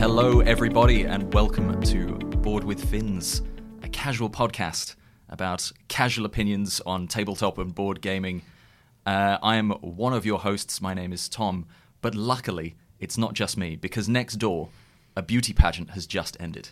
Hello, everybody, and welcome to Board with Fins, a casual podcast about casual opinions on tabletop and board gaming. Uh, I am one of your hosts. My name is Tom, but luckily, it's not just me because next door, a beauty pageant has just ended.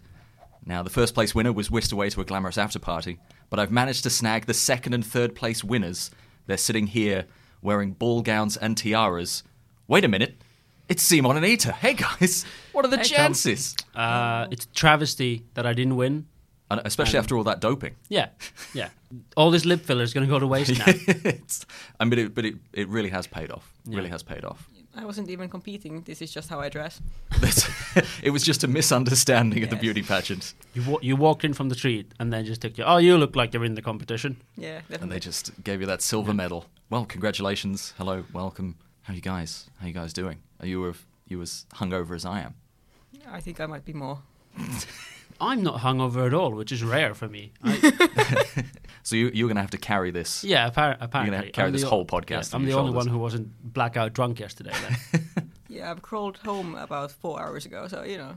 Now, the first place winner was whisked away to a glamorous after party, but I've managed to snag the second and third place winners. They're sitting here wearing ball gowns and tiaras. Wait a minute, it's Simon and Eta. Hey guys, what are the chances? Uh, Oh. it's a travesty that I didn't win. And especially after all that doping. Yeah, yeah. All this lip filler is going to go to waste now. It's- I mean, it, but it, it really has paid off. Really has paid off. I wasn't even competing. This is just how I dress. it was just a misunderstanding of the Yes. beauty pageant, You, wa- you walked in from the street and then just took you. Oh, you look like you're in the competition. Yeah, and definitely. they just gave you that silver medal. Well, congratulations. Hello, welcome. How you guys? How you guys doing? Are you of you as hungover as I am? I think I might be more. I'm not hungover at all, which is rare for me. I, So you, you're going to have to carry this. yeah, appar- apparently. carry I'm this the- whole podcast yeah, on I'm the your only shoulders. one who wasn't blackout drunk yesterday. Then. Yeah, I've crawled home about four hours ago, so you know.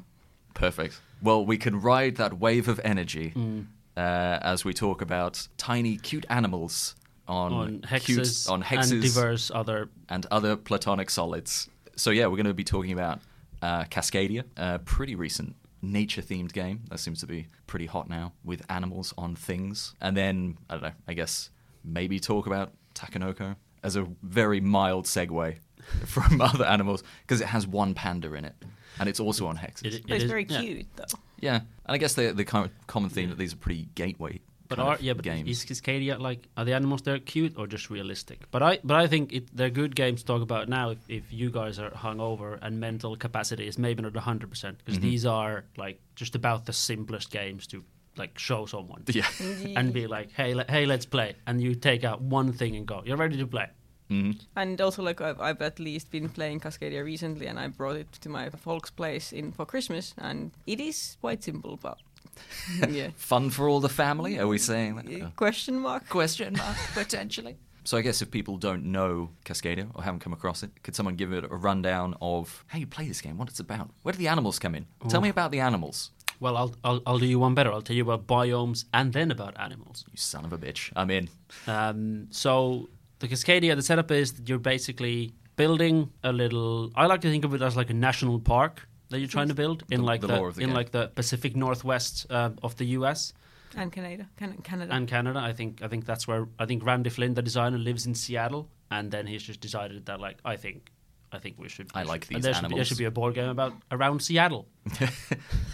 Perfect. Well, we can ride that wave of energy Mm. uh, as we talk about tiny, cute animals on, on hexes, cute- on hexes and diverse other. and other platonic solids. So yeah, we're going to be talking about uh, Cascadia, a pretty recent nature-themed game that seems to be pretty hot now with animals on things. And then I don't know. I guess maybe talk about Takanoko as a very mild segue from other animals because it has one panda in it, and it's also on hexes. It- it But it's is- very yeah. cute, though. Yeah, and I guess the the kind of common theme that these are pretty gateway. But kind are of yeah, but games. is Cascadia like are the animals there cute or just realistic? But I but I think it, they're good games to talk about now if, if you guys are hungover and mental capacity is maybe not hundred percent because Mm-hmm. these are like just about the simplest games to like show someone yeah, and be like hey le- hey let's play and you take out one thing and go you're ready to play And also, like, I've, I've at least been playing Cascadia recently, and I brought it to my folks' place in for Christmas, and it is quite simple, but yeah. fun for all the family. Are we saying that? Uh, Uh, Question mark? question mark potentially. So I guess if people don't know Cascadia or haven't come across it, could someone give it a rundown of how you play this game, what it's about, where do the animals come in? Tell me about the animals. well I'll, I'll I'll do you one better I'll tell you about biomes and then about animals You son of a bitch! I'm in. Um, so the Cascadia, the setup is that you're basically building a little. I like to think of it as like a national park that you're trying to build in The- like the the, lore of the in game. like the Pacific Northwest uh, of the U.S. And Canada. Can- Canada. and Canada. I think I think that's where I think Randy Flynn, the designer, lives in Seattle, and then he's just decided that like I think. I think we should. I like and these there should, be, there animals. should be a board game about around Seattle.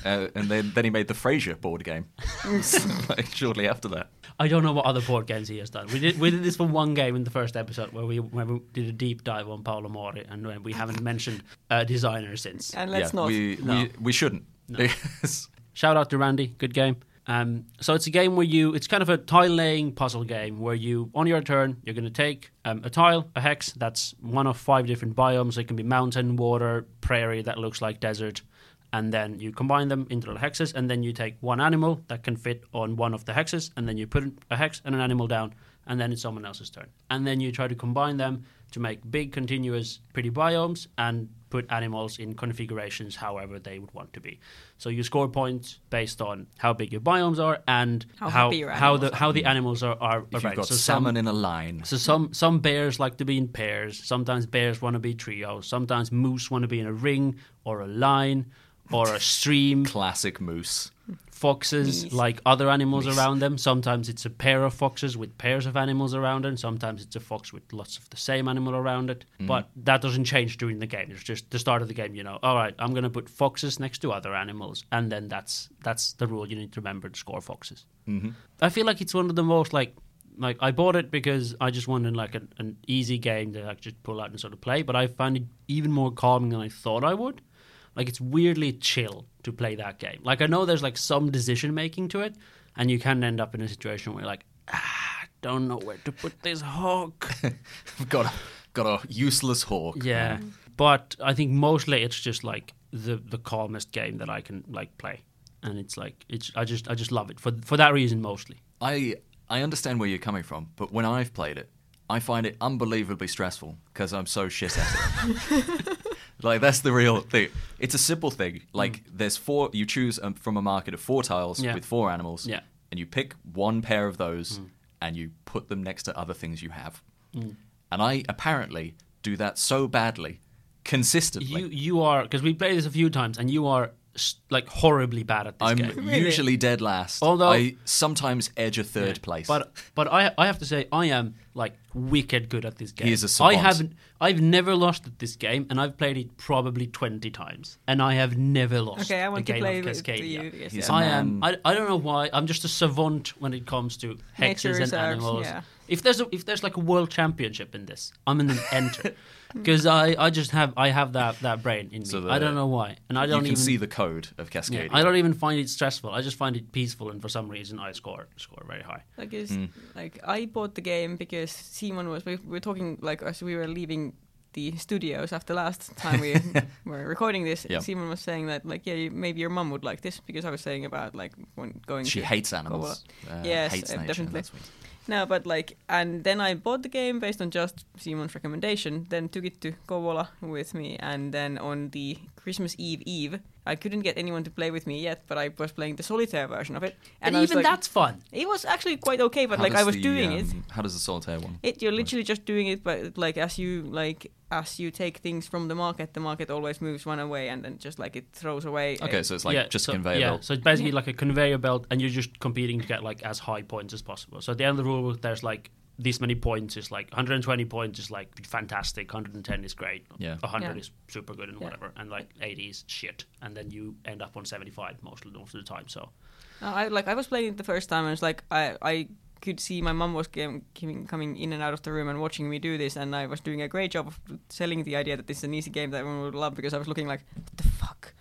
Uh, and then then he made the Frasier board game like, shortly after that. I don't know what other board games he has done. We did we did this for one game in the first episode where we where we did a deep dive on Paolo Mori and when we haven't mentioned a designer since. and let's yeah, not. We, No. we we shouldn't. Because- Shout out to Randy, good game. Um, so it's a game where you it's kind of a tile laying puzzle game where you on your turn you're going to take um, a tile, a hex that's one of five different biomes. It can be mountain, water, prairie that looks like desert, and then you combine them into little hexes, and then you take one animal that can fit on one of the hexes, and then you put a hex and an animal down, and then it's someone else's turn, and then you try to combine them to make big continuous pretty biomes and put animals in configurations however they would want to be. So you score points based on how big your biomes are and How how how, happy your the animals how the animals are are If arranged. you've got so salmon some, in a line, so some some bears like to be in pairs. Sometimes bears want to be trios. Sometimes moose want to be in a ring or a line or a stream. classic moose. foxes Meese. like other animals Meese. around them. Sometimes it's a pair of foxes with pairs of animals around it. Sometimes it's a fox with lots of the same animal around it. But that doesn't change during the game. It's just the start of the game. You know, all right, I'm going to put foxes next to other animals, and then that's that's the rule you need to remember to score foxes. Mm-hmm. I feel like it's one of the most like. Like I bought it because I just wanted like an, an easy game to like just pull out and sort of play, but I found it even more calming than I thought I would. Like it's weirdly chill to play that game. Like I know there's like some decision making to it, and you can end up in a situation where you're like, ah, I don't know where to put this hawk. got a, got a useless hawk. yeah, but I think mostly it's just like the the calmest game that I can like play, and it's like it's I just I just love it for for that reason mostly. I I understand where you're coming from, but when I've played it, I find it unbelievably stressful because I'm so shit at it. Like that's the real thing. It's a simple thing. Like there's four. You choose um, from a market of four tiles Yeah. with four animals. Yeah. Mm. And you pick one pair of those, and you put them next to other things you have. And I apparently do that so badly, consistently. You you are because we played this a few times, and you are s- like horribly bad at this I'm game. Really? usually dead last. Although- I sometimes edge a third Yeah. place. But but I I have to say I am like wicked good at this game. is a I savant. haven't I've never lost at this game, and I've played it probably twenty times, and I have never lost. Okay, I want to the game play of with Cascadia. you. Yes, He's yeah. a I am. man. I, I don't know why. I'm just a savant when it comes to Nature hexes and reserves, animals. yeah. If there's a, if there's like a world championship in this, I'm gonna enter because I, I just have I have that, that brain in me. So I the- don't know why, and I you don't can even see the code of Cascadia. yeah, I don't even find it stressful. I just find it peaceful, and for some reason, I score score very high. Like, it's, Hmm. like I bought the game because Simon was. We, we were talking like as we were leaving the studios after last time we were recording this. Yeah. Simon was saying that like yeah, you, maybe your mum would like this because I was saying about like when going. She to hates animals. Uh, Yes, hates uh, nature. definitely. That's weird. No, but like, and then I bought the game based on just Simon's recommendation. Then took it to Kovola with me, and then on the Christmas Eve Eve, I couldn't get anyone to play with me yet, but I was playing the solitaire version of it, And, I was even like- that's fun. it was actually quite okay. But How like, I does was the, doing it. um, How does the solitaire one? It you're literally just doing it, but like as you like as you take things from the market, the market always moves one away, and then just like it throws away. uh, Okay, so it's like just so, a conveyor yeah, belt. So it's basically like a conveyor belt, and you're just competing to get like as high points as possible. So at the end of the rule, there's like this many points is like 120 points is like fantastic, 110 is great, Yeah. 100 Yeah. is super good and Yeah. whatever, and like 80 is shit, and then you end up on 75 most of the, most of the time. So No, Uh, I like I was playing it the first time and it's like I I could see my mum was came, coming coming in and out of the room and watching me do this and I was doing a great job of selling the idea that this is an easy game that everyone would love because I was looking like what the fuck.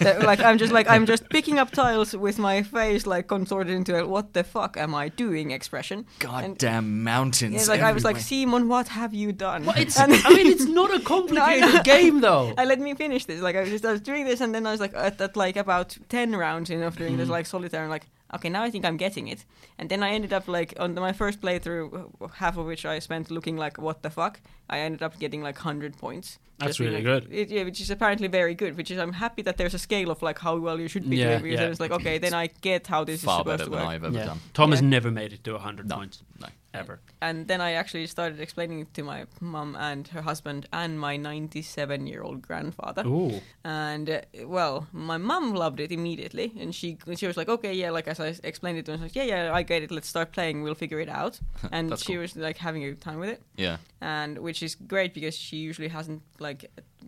That, like I'm just like I'm just picking up tiles with my face like contorted into a what the fuck am I doing expression. And- Goddamn mountains. Yeah, like I was like everywhere. Simon, what have you done? well, it's And- I mean it's not a complicated know. game though. I let me finish this. Like I was just I was doing this, and then I was like at, at like about ten rounds in of doing Mm-hmm. this like solitaire, and like okay, now I think I'm getting it. And then I ended up like on my first playthrough, uh, half of which I spent looking like what the fuck. I ended up getting like hundred points. That's Just being, really like- good. It, yeah, which is apparently very good. Which is I'm happy that there's a scale of like how well you should be Yeah, doing. Because yeah. then it's like okay, then I get how this is far supposed better to than work. I've ever Yeah. done. Tom has Yeah. never made it to 100 points No. ever. And then I actually started explaining it to my mum and her husband and my 97 year old grandfather. Ooh, And uh, well, my mum loved it immediately, and she she was like, "Okay, yeah." Like as I explained it to her, she was like, "Yeah, yeah, I get it. Let's start playing. We'll figure it out." And That's she cool. was like having a good time with it, Yeah. and which is great because she usually hasn't like.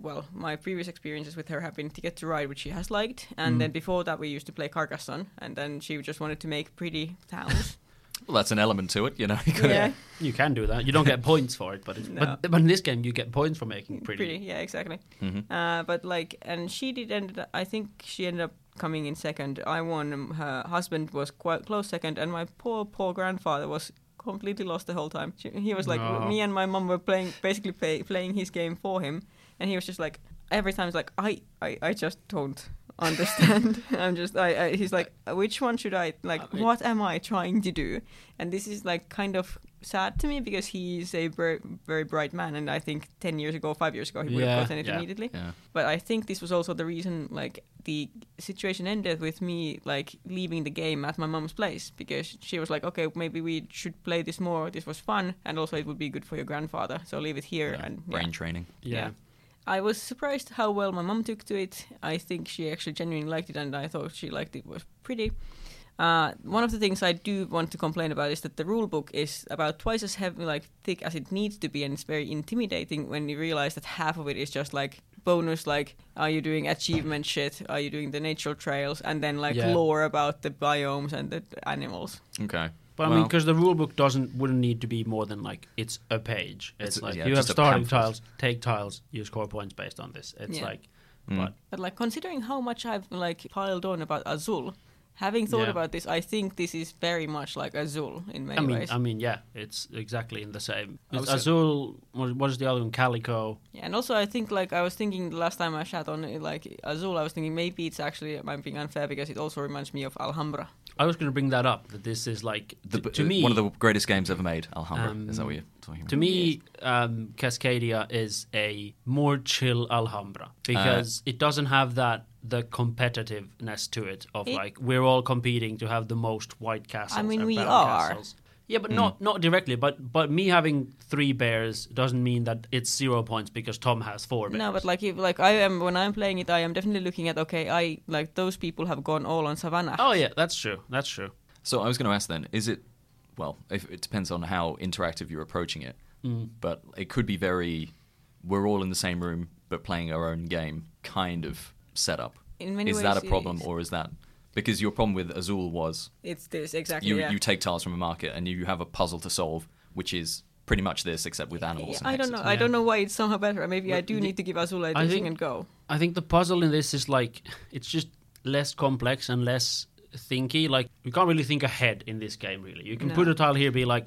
Well, my previous experiences with her have been Ticket to Ride, which she has liked, Mm. and then before that we used to play Carcassonne, and then she just wanted to make pretty towns. Well, that's an element to it, you know. You gotta- yeah, you can do that. You don't get points for it, but it's, No. but, but in this game you get points for making pretty. yeah, exactly. Uh, but like, and she did end. Up, I think she ended up coming in second. I won. um, Her husband was quite close second, and my poor, poor grandfather was completely lost the whole time. She, he was like, No. me and my mum were playing, basically play, playing his game for him, and he was just like, every time he's like, I, I, I just don't understand. I'm just, I, I, he's like, which one should I, like, mean- what am I trying to do? And this is like kind of sad to me because he's a very, very bright man, and I think ten years ago, five years ago, he would Yeah, have gotten it yeah. immediately yeah. but I think this was also the reason like the situation ended with me like leaving the game at my mom's place because she was like okay maybe we should play this more this was fun and also it would be good for your grandfather so leave it here Yeah. and yeah. Brain training. yeah. I was surprised how well my mom took to it. I think she actually genuinely liked it, and I thought she liked it was pretty. Uh, one of the things I do want to complain about is that the rule book is about twice as heavy, like thick as it needs to be, and it's very intimidating when you realize that half of it is just like bonus, like are you doing achievement shit, are you doing the nature trails, and then like Yeah. lore about the biomes and the animals. Okay. But I mean, Well, because the rule book doesn't wouldn't need to be more than like it's a page. It's, It's- like yeah, you have just a starting pamphlet. tiles, take tiles, you score points based on this. It's Yeah. like, Mm. but But like considering how much I've like piled on about Azul, having thought Yeah. about this, I think this is very much like Azul in many I mean, um, ways. I mean, yeah, it's exactly in the same. I It's was- Azul. What, what is the other one? Calico. Yeah, and also I think like I was thinking the last time I shat on it, like Azul, I was thinking maybe it's actually I'm being unfair because it also reminds me of Alhambra. I was going to bring that up. That this is like the, t- to me Um, one of the greatest games ever made, Alhambra. Is that what you're talking about. To me, um, Cascadia is a more chill Uh, Alhambra because it doesn't have that the competitiveness to it of It- like we're all competing to have the most white castles. I mean, and we battle are. Hmm. Castles. Yeah, but not not directly. But but me having three bears doesn't mean that it's zero points because Tom has four bears. No, but like if like I am when I'm playing it, I am definitely looking at okay, I like those people have gone all on Savannah. oh yeah, that's true. That's true. So I was going to ask then, is it, well, if, it depends on how interactive you're approaching it, Mm. but it could be very, we're all in the same room but playing our own game kind of setup. In many is ways that a it problem is. or is that, because your problem with Azul was It's this exactly. you, yeah. you take tiles from a market and you have a puzzle to solve, which is pretty much this except with Yeah, animals. and I don't know. hexes. yeah. I don't know why it's somehow better. Maybe I But do the- need to give Azula a I teaching think- and go. I think the puzzle in this is like it's just less complex and less thinky. Like you can't really think ahead in this game. Really, you can No. put a tile here, be like,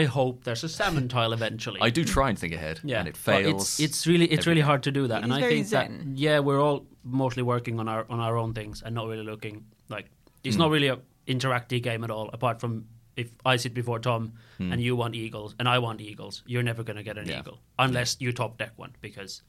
I hope there's a salmon tile eventually. I do try and think ahead, yeah, and it but fails. It's, it's really it's really hard to do that, It and is I very think zen. that yeah, we're all mostly working on our on our own things and not really looking like Hmm. it's not really a interactive game at all. Apart from if I sit before Tom and you want eagles and I want eagles, you're never going to get an Hmm. Yeah. eagle unless you top deck one because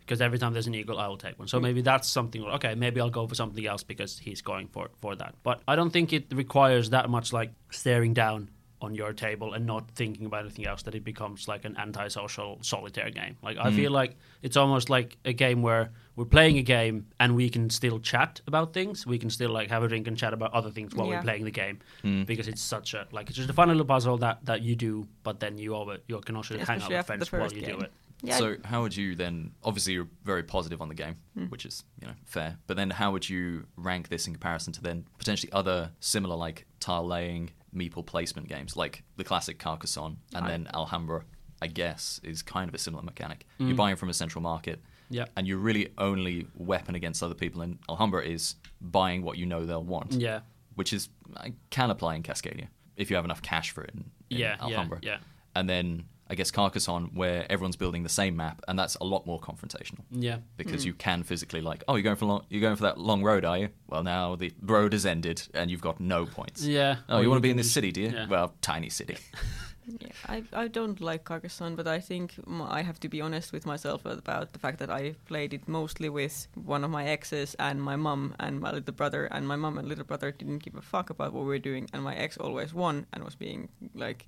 because every time there's an eagle, I will take one. So Hmm. maybe that's something. Okay, maybe I'll go for something else because he's going for for that. But I don't think it requires that much like staring down on your table and not thinking about anything else that it becomes like an antisocial solitaire game. Like Hmm. I feel like it's almost like a game where we're playing a game and we can still chat about things. We can still like have a drink and chat about other things while Yeah. Hmm. we're playing the game because it's such a like it's just a fun little puzzle that that you do, but then you over you can also hang out Especially with after the friends while first you game. do it. Yeah, So how would you then? Obviously, you're very positive on the game, which is you know fair. But then, how would you rank this in comparison to then potentially other similar like tile laying, meeple placement games, like the classic Carcassonne and I- then Alhambra? I guess is kind of a similar mechanic. You're buying from a central market, Hmm. Yeah. and you're really only weapon against other people. And Alhambra is buying what you know they'll want, Yeah. which is I can apply in Cascadia if you have enough cash for it. In, in Yeah, yeah, Alhambra yeah. and then I guess Carcassonne, where everyone's building the same map, and that's a lot more confrontational Yeah. because you can physically like, oh, you're going for long, you're going for that long road, are you? Well, now the road has ended, and you've got no points. Yeah. Oh, you want to be in this city, do you? yeah. Well, tiny city. yeah, I, I don't like Carcassonne, but I think m- I have to be honest with myself about the fact that I played it mostly with one of my exes and my mum and my little brother, and my mum and little brother didn't give a fuck about what we were doing, and my ex always won and was being like,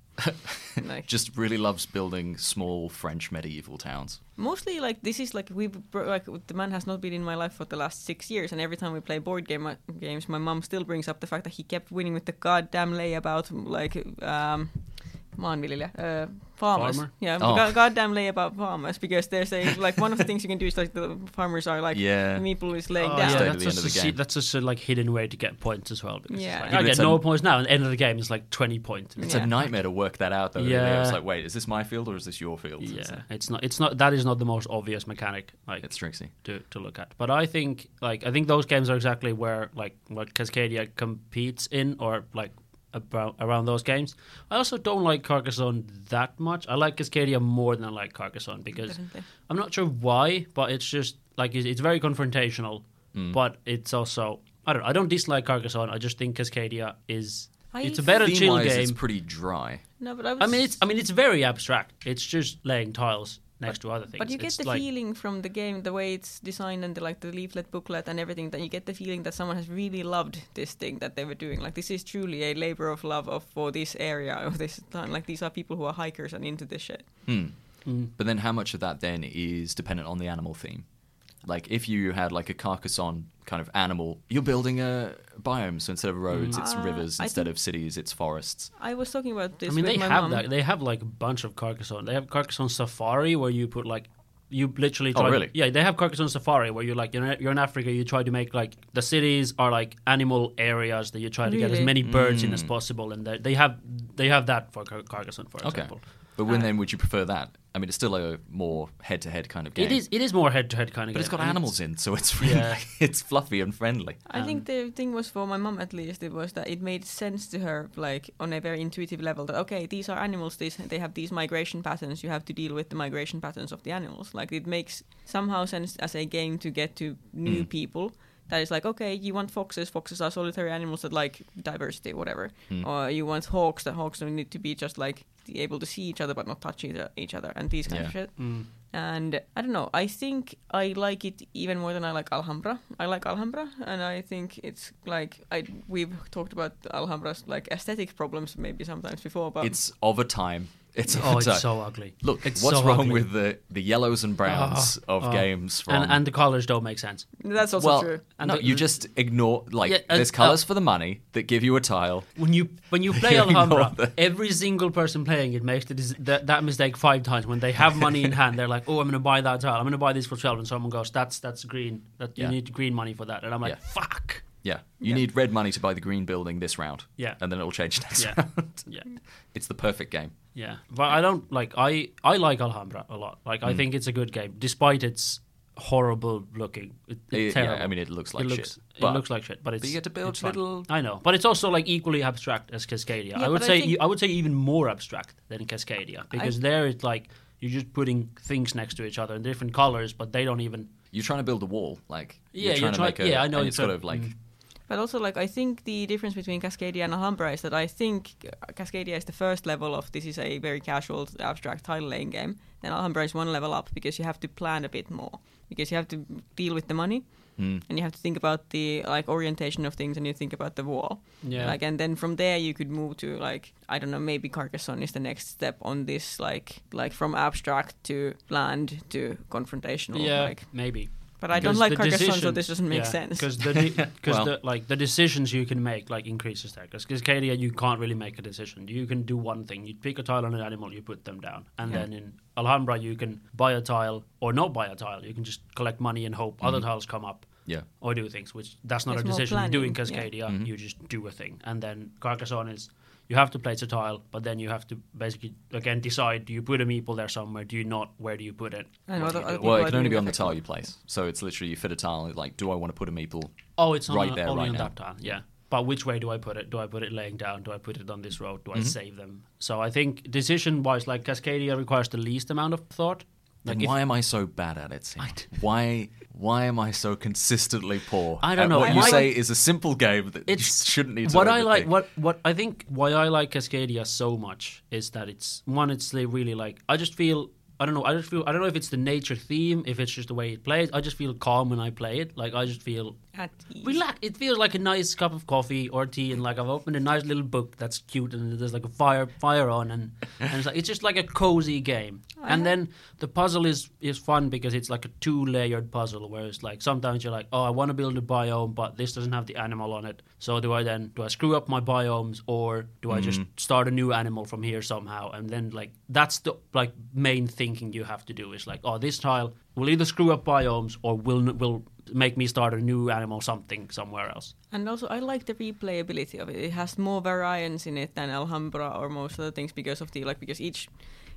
like Just really loves building small French medieval towns. mostly like this is like we bro- like the man has not been in my life for the last six years, and every time we play board game uh, games, my mom still brings up the fact that he kept winning with the goddamn layabout like um, maanviljelijä, uh, farmers. Farmer? Yeah, Oh. go- goddamn layabout farmers because there's a like one of the things you can do is like the farmers are like Yeah. the people is laying Oh, down. Stay to yeah, that's the end just of the a, game. that's just a like hidden way to get points as well. Because Yeah. yeah, Yeah, I but get it's a- no points now, and the end of the game is like twenty points. It's Yeah. a nightmare to work that out, though. really. I was Yeah. like, wait, is this my field or is this your field? It's, Yeah, it's not. It's not. That is not the most obvious mechanic. Like it's tricksy. to, to look at. But I think like I think those games are exactly where like what Cascadia competes in or like about around those games. I also don't like Carcassonne that much. I like Cascadia more than I like Carcassonne because Definitely. I'm not sure why, but it's just like it's, it's very confrontational, Mm. but it's also I don't know, I don't dislike Carcassonne. I just think Cascadia is I it's a better chill Theme-wise, it's game. pretty dry. No, but I, was, I mean it's I mean it's very abstract. It's just laying tiles next to other things. But you get It's the like- feeling from the game, the way it's designed and the, like the leaflet, booklet, and everything, that you get the feeling that someone has really loved this thing that they were doing. Like this is truly a labor of love of for this area of this time. Like these are people who are hikers and into this shit. But then, how much of that then is dependent on the animal theme? Like, if you had like a Carcassonne kind of animal, you're building a biome, so instead of roads, it's Uh, rivers. I Instead think- of cities, it's forests. I was talking about this. I mean, with they my have mom. that. They have like a bunch of Carcassonne. They have Carcassonne Safari where you put like you literally. Oh, Try, really? Yeah, they have Carcassonne Safari where you're like you're in, you're in Africa. You try to make like the cities are like animal areas that you try to get as Really? many birds in as possible, and they they have they have that for Car- Carcassonne, for Mm. Okay. example. But when Uh, then would you prefer that? I mean, it's still a more head-to-head kind of game. It is it is more head to head kind of. but it's got animals in, so it's really, Yeah. it's fluffy and friendly. I Um, think the thing was for my mom at least it was that it made sense to her like on a very intuitive level that okay these are animals these they have these migration patterns you have to deal with the migration patterns of the animals like it makes somehow sense as a game to get to new people that is like okay you want foxes foxes are solitary animals that like diversity whatever or you want hawks that hawks don't need to be just like be able to see each other but not touch each each other and these kinds of Yeah. shit. Mm. And I don't know. I think I like it even more than I like Alhambra. I like Alhambra, and I think it's like I we've talked about Alhambra's like aesthetic problems maybe sometimes before, but It's of a time. It's of Oh, a time. it's so ugly. Look, it's what's so wrong ugly. with the, the yellows and browns Oh, of oh. games from and and the colors don't make sense. that's also well, true. And no, the- you just ignore like Yeah, uh, and- there's colors for the money that give you a tile. When you when you play Yeah, Alhambra, ignore that. every single person playing it makes the, dis- that that mistake five times. When they have money in hand, they're like, "Oh, I'm going to buy that tile. I'm going to buy this for twelve. And someone goes, "That's that's green. That Yeah. you need green money for that." And I'm like, Yeah. "Fuck." Yeah, you Yeah. need red money to buy the green building this round. Yeah. and then it'll change next Yeah. round. Yeah, It's the perfect game. yeah. But I don't like I I like Alhambra a lot. Like I Mm. think it's a good game, despite its horrible looking. It, it's It- yeah, terrible. I mean, it looks like it looks shit. it looks like shit, but it's you get to build it's fun. little- I know, but it's also like equally abstract as Cascadia. Yeah, I would but I say e, think- I would say even more abstract than Cascadia because there it's like you're just putting things next to each other in different colors, but they don't even. you're trying to build a wall, like Yeah, you're trying you're to try- make a. yeah, I know and you're it's sort trying- Mm. of like But also, like, I think the difference between Cascadia and Alhambra is that I think Cascadia is the first level of this is a very casual, abstract tile laying game. Then Alhambra is one level up because you have to plan a bit more because you have to deal with the money Hmm. and you have to think about the like orientation of things and you think about the wall. Yeah. Like, and then from there you could move to like I don't know, maybe Carcassonne is the next step on this like like from abstract to planned to Oh, confrontational. Yeah, Like, maybe. but I don't Because like the Carcassonne, so decision- this doesn't make yeah, sense. Because the, de- 'cause Well- the like the decisions you can make like increases there. Because Cascadia, you can't really make a decision. You can do one thing. You pick a tile on an animal, you put them down, and Yeah. then in Alhambra you can buy a tile or not buy a tile. You can just collect money and hope other tiles come up. Mm-hmm. yeah, Mm-hmm. Or do things, which that's not There's a more decision you do in planning, yeah. Cascadia. You just do a thing, and then Carcassonne is you have to place a tile, but then you have to basically again decide: do you put a meeple there somewhere? Do you not? Where do you put it? And What other- do you other do? well, People it are can only doing be on the that tile actually. you place. So it's literally you fit a tile. Like, do I want to put a meeple? Oh, it's on Right a- there, only right on now. that tile. Yeah. But which way do I put it? Do I put it laying down? Do I put it on this road? Do I Mm-hmm. save them? So I think decision wise, like Cascadia requires the least amount of thought. Like, Like if, why am I so bad at it? Sid? Why why am I so consistently poor? I don't at know. What you Why- say is a simple game that it's you shouldn't need to. what I like. overthink. What what I think why I like Cascadia so much is that it's one. It's li- really like I just feel. I don't know. I just feel. I don't know if it's the nature theme, if it's just the way it plays. I just feel calm when I play it. Like I just feel At ease. relax. It feels like a nice cup of coffee or tea, and like I've opened a nice little book that's cute, and there's like a fire fire on, and, and it's like it's just like a cozy game. and then the puzzle is is fun because it's like a two layered puzzle, where it's like sometimes you're like, oh, I want to build a biome, but this doesn't have the animal on it. So do I then do I screw up my biomes, or do I just start a new animal from here somehow? And then like that's the like main thinking you have to do is like, oh, this tile will either screw up biomes or will will make me start a new animal something somewhere else. And also, I like the replayability of it. It has more variance in it than Alhambra or most other things because of the like because each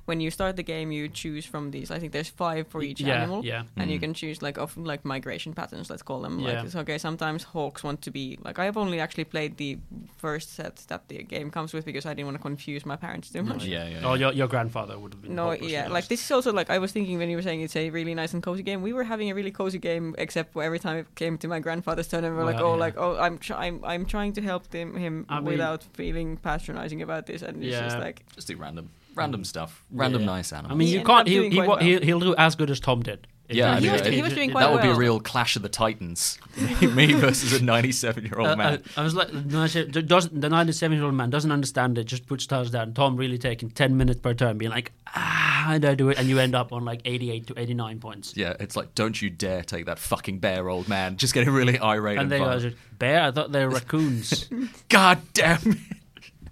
when you start the game you choose from these. I think there's five for each Yeah, animal, yeah. and you can choose like of like migration patterns. Let's call them Yeah. like it's okay. Sometimes hawks want to be like I've only actually played the first set that the game comes with because I didn't want to confuse my parents too much. Yeah, yeah. Oh, yeah. your, your grandfather would have been. No, hopelessly yeah, like honest. this is also like I was thinking when you were saying it's a really nice and cozy game. We were having a really cozy game, except for every time it came to my grandfather's turn, and we were like, Well, oh, yeah. like oh, I'm try- I'm I'm trying to help him him I mean- without feeling patronizing about this, and it's just Yeah. like Just do random random stuff. Random Mm. Yeah. nice I animals. mean, He you ended can't. up He, doing he, quite wa- well. he, he'll do as good as Tom did. Yeah, he, I was, mean, he was doing That quite that would be a well. real clash of the titans. Me versus a 97 year old man. Uh, I, I was like, no, I said, "Th- doesn't, the 97 year old man doesn't understand it, just puts stars down. Tom really taking 10 minutes per turn, being like, ah, how do I do it? And you end up on like 88 to 89 points. yeah, it's like, don't you dare take that fucking bear, old man. Just getting really irate and, And they violent. go, bear, I thought they were raccoons. God damn it.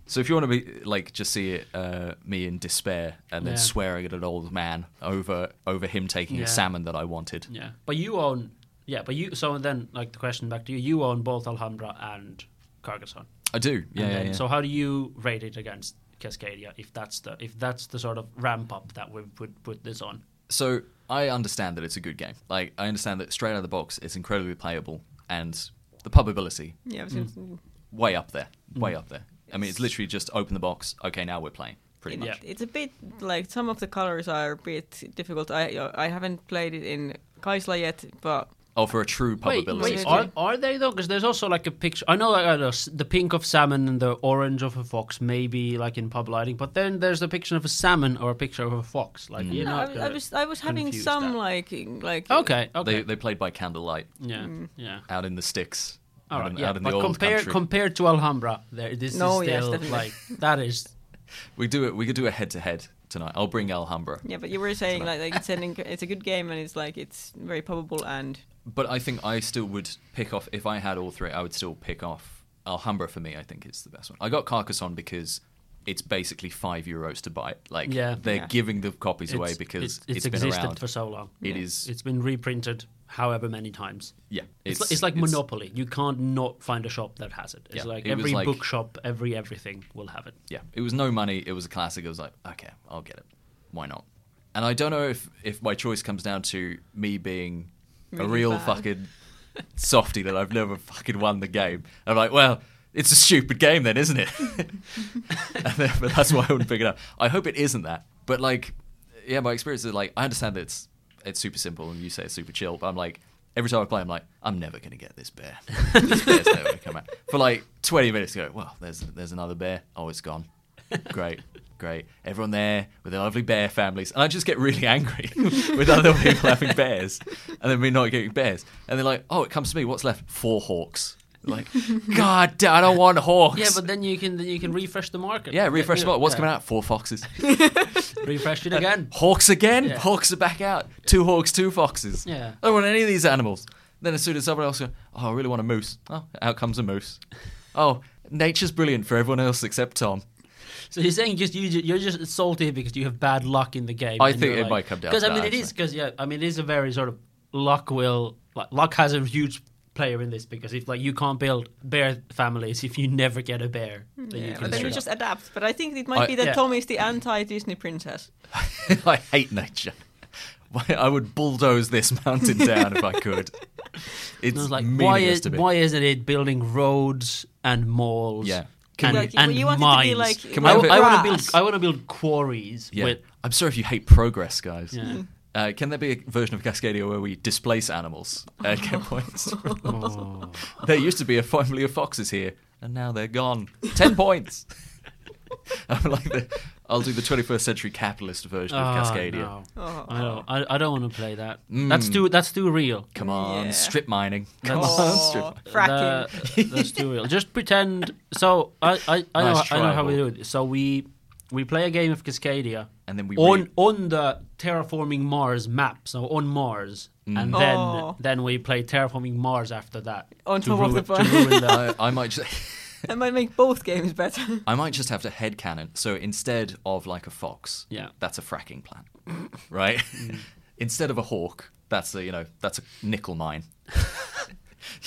So if you want to be like just see it, uh, me in despair and then Yeah. swearing at an old man over over him taking Yeah. a salmon that I wanted. yeah. But you own, yeah, but you, so then, like, the question back to you, you own both Alhambra and Carcassonne. I do. Yeah, and yeah, then, yeah. So how do you rate it against Cascadia if that's the if that's the sort of ramp up that we would put this on? So I understand that it's a good game. Like I understand that straight out of the box, it's incredibly playable and the pubability Yeah, it was Mm. in- way up there, way up there. I mean, it's literally just open the box. Okay, now we're playing. Pretty it- much. much. It's a bit like uh, some of the colors are a bit difficult. I I haven't played it in Kaisla yet, but Oh, for a true Wait, probability. wait, score. are, are they though? Because there's also like a picture. I know like, I know, s- the pink of salmon and the orange of a fox, maybe like in pub lighting. But then there's the picture of a salmon or a picture of a fox. Mm. Like you're No, not. I, gonna- I was I was having confuse some that. like like okay. Okay. They, they played by candlelight yeah. Mm. Yeah. out in the sticks, All out, right. in, Yeah. out in the But old compared country. compared to Alhambra, there this No, is yes, still definitely. like that is we do it. We could do a head to head tonight. I'll bring Alhambra, Yeah, but you were saying like, like it's an inc- it's a good game and it's like it's very probable and but I think I still would pick off if I had all three. I would still pick off Alhambra for me. I think is the best one. I got Carcassonne because. It's basically five euros to buy it. Like Yeah. they're Yeah. giving the copies away it's- because it's, it's it's been existed around. for so long. It Yeah. is- It's been reprinted however many times. yeah, It's, li- it's like Monopoly. You can't not find a shop that has it. It's Yeah, like it was every like- bookshop, every everything will have it. yeah, it was no money. It was a classic. It was like, okay, I'll get it. Why not? And I don't know if, if my choice comes down to me being a Really real bad. fucking softy that I've never fucking won the game. I'm like, well, it's a stupid game then, isn't it? and then, but that's why I wouldn't pick it up. I hope it isn't that. But like, yeah, my experience is like, I understand that it's, it's super simple and you say it's super chill, but I'm like, every time I play, I'm like, I'm never going to get this bear. this bear's never going to come out. For like 20 minutes ago, well, there's, there's another bear. Oh, it's gone. Great. Great. Everyone there with their lovely bear families. And I just get really angry with other people having bears and then me not getting bears. And they're like, oh, it comes to me. What's left? Four hawks. Like, God, damn, I don't want hawks. Yeah, but then you can then you can refresh the market. Yeah, refresh Yeah. what? What's Yeah. coming out? Four foxes. Refresh it again. Hawks again? Yeah. Hawks are back out. Two hawks, two foxes. Yeah. I don't want any of these animals. Then as soon as someone else goes, oh, I really want a moose. Oh, out comes a moose. Oh, nature's brilliant for everyone else except Tom. So you're saying just you, you're just salty because you have bad luck in the game. I think it might come down because to I mean that, it is because yeah I mean it is a very sort of luck will like, luck has a huge player in this because if like you can't build bear families if you never get a bear then you yeah, can but then you build. just adapt. But I think it might I- be that Yeah. Tom is the anti Disney princess. I hate nature. Why- I would bulldoze this mountain down if I could. It's And I was like, meaningless why is to me. why isn't it building roads and malls? Yeah. Can and, we- Like, you- and you want it to be mines. like- Oh. Can we I, have it- want to build. grass. I want to build quarries. yeah. With, I'm sorry if you hate progress, guys. Yeah. Uh, can there be a version of Cascadia where we displace animals and get points? oh. there used to be a family of foxes here, and now they're gone. Ten points. I'm like, the, I'll do the 21st century capitalist version Oh, of Cascadia. no. Oh. I don't. I, I don't want to play that. Mm. That's too. That's too real. Come on, Yeah. strip mining. Come That's- on, strip mining. Oh. fracking. That- that's too real. Just pretend. So I. I, I, know, Nice I know how we do tribal. it. So we we play a game of Cascadia And then we on read- on the terraforming Mars map. So on Mars, and Mm. then Oh. then we play terraforming Mars after that. On to top of ruin- the to bar. ruin the- I, I might just. That might make both games better. I might just have to head cannon. So instead of like a fox, Yeah. Mm. that's a fracking plant, right? instead of a hawk, that's a you know that's a nickel mine.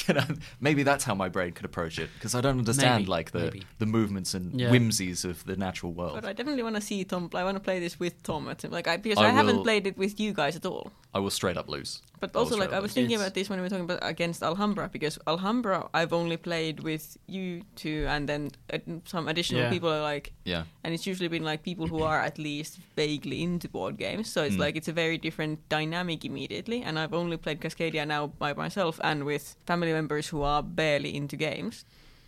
you know, maybe that's how my brain could approach it because I don't understand Maybe, like the maybe. the movements and Yeah. whimsies of the natural world. But I definitely want to see Tom. I want to play this with Tom. At some- like I, because I I, haven't will- played it with you guys at all. I will straight up lose. But also, will like straight I up was lose. thinking It's- about this when we were talking about against Alhambra, because Alhambra I've only played with you two, and then uh, some additional Yeah. people are like, yeah, and it's usually been like people who are at least vaguely into board games. So it's Mm. Hmm. like it's a very different dynamic immediately. And I've only played Cascadia now by myself and with family members who are barely into games.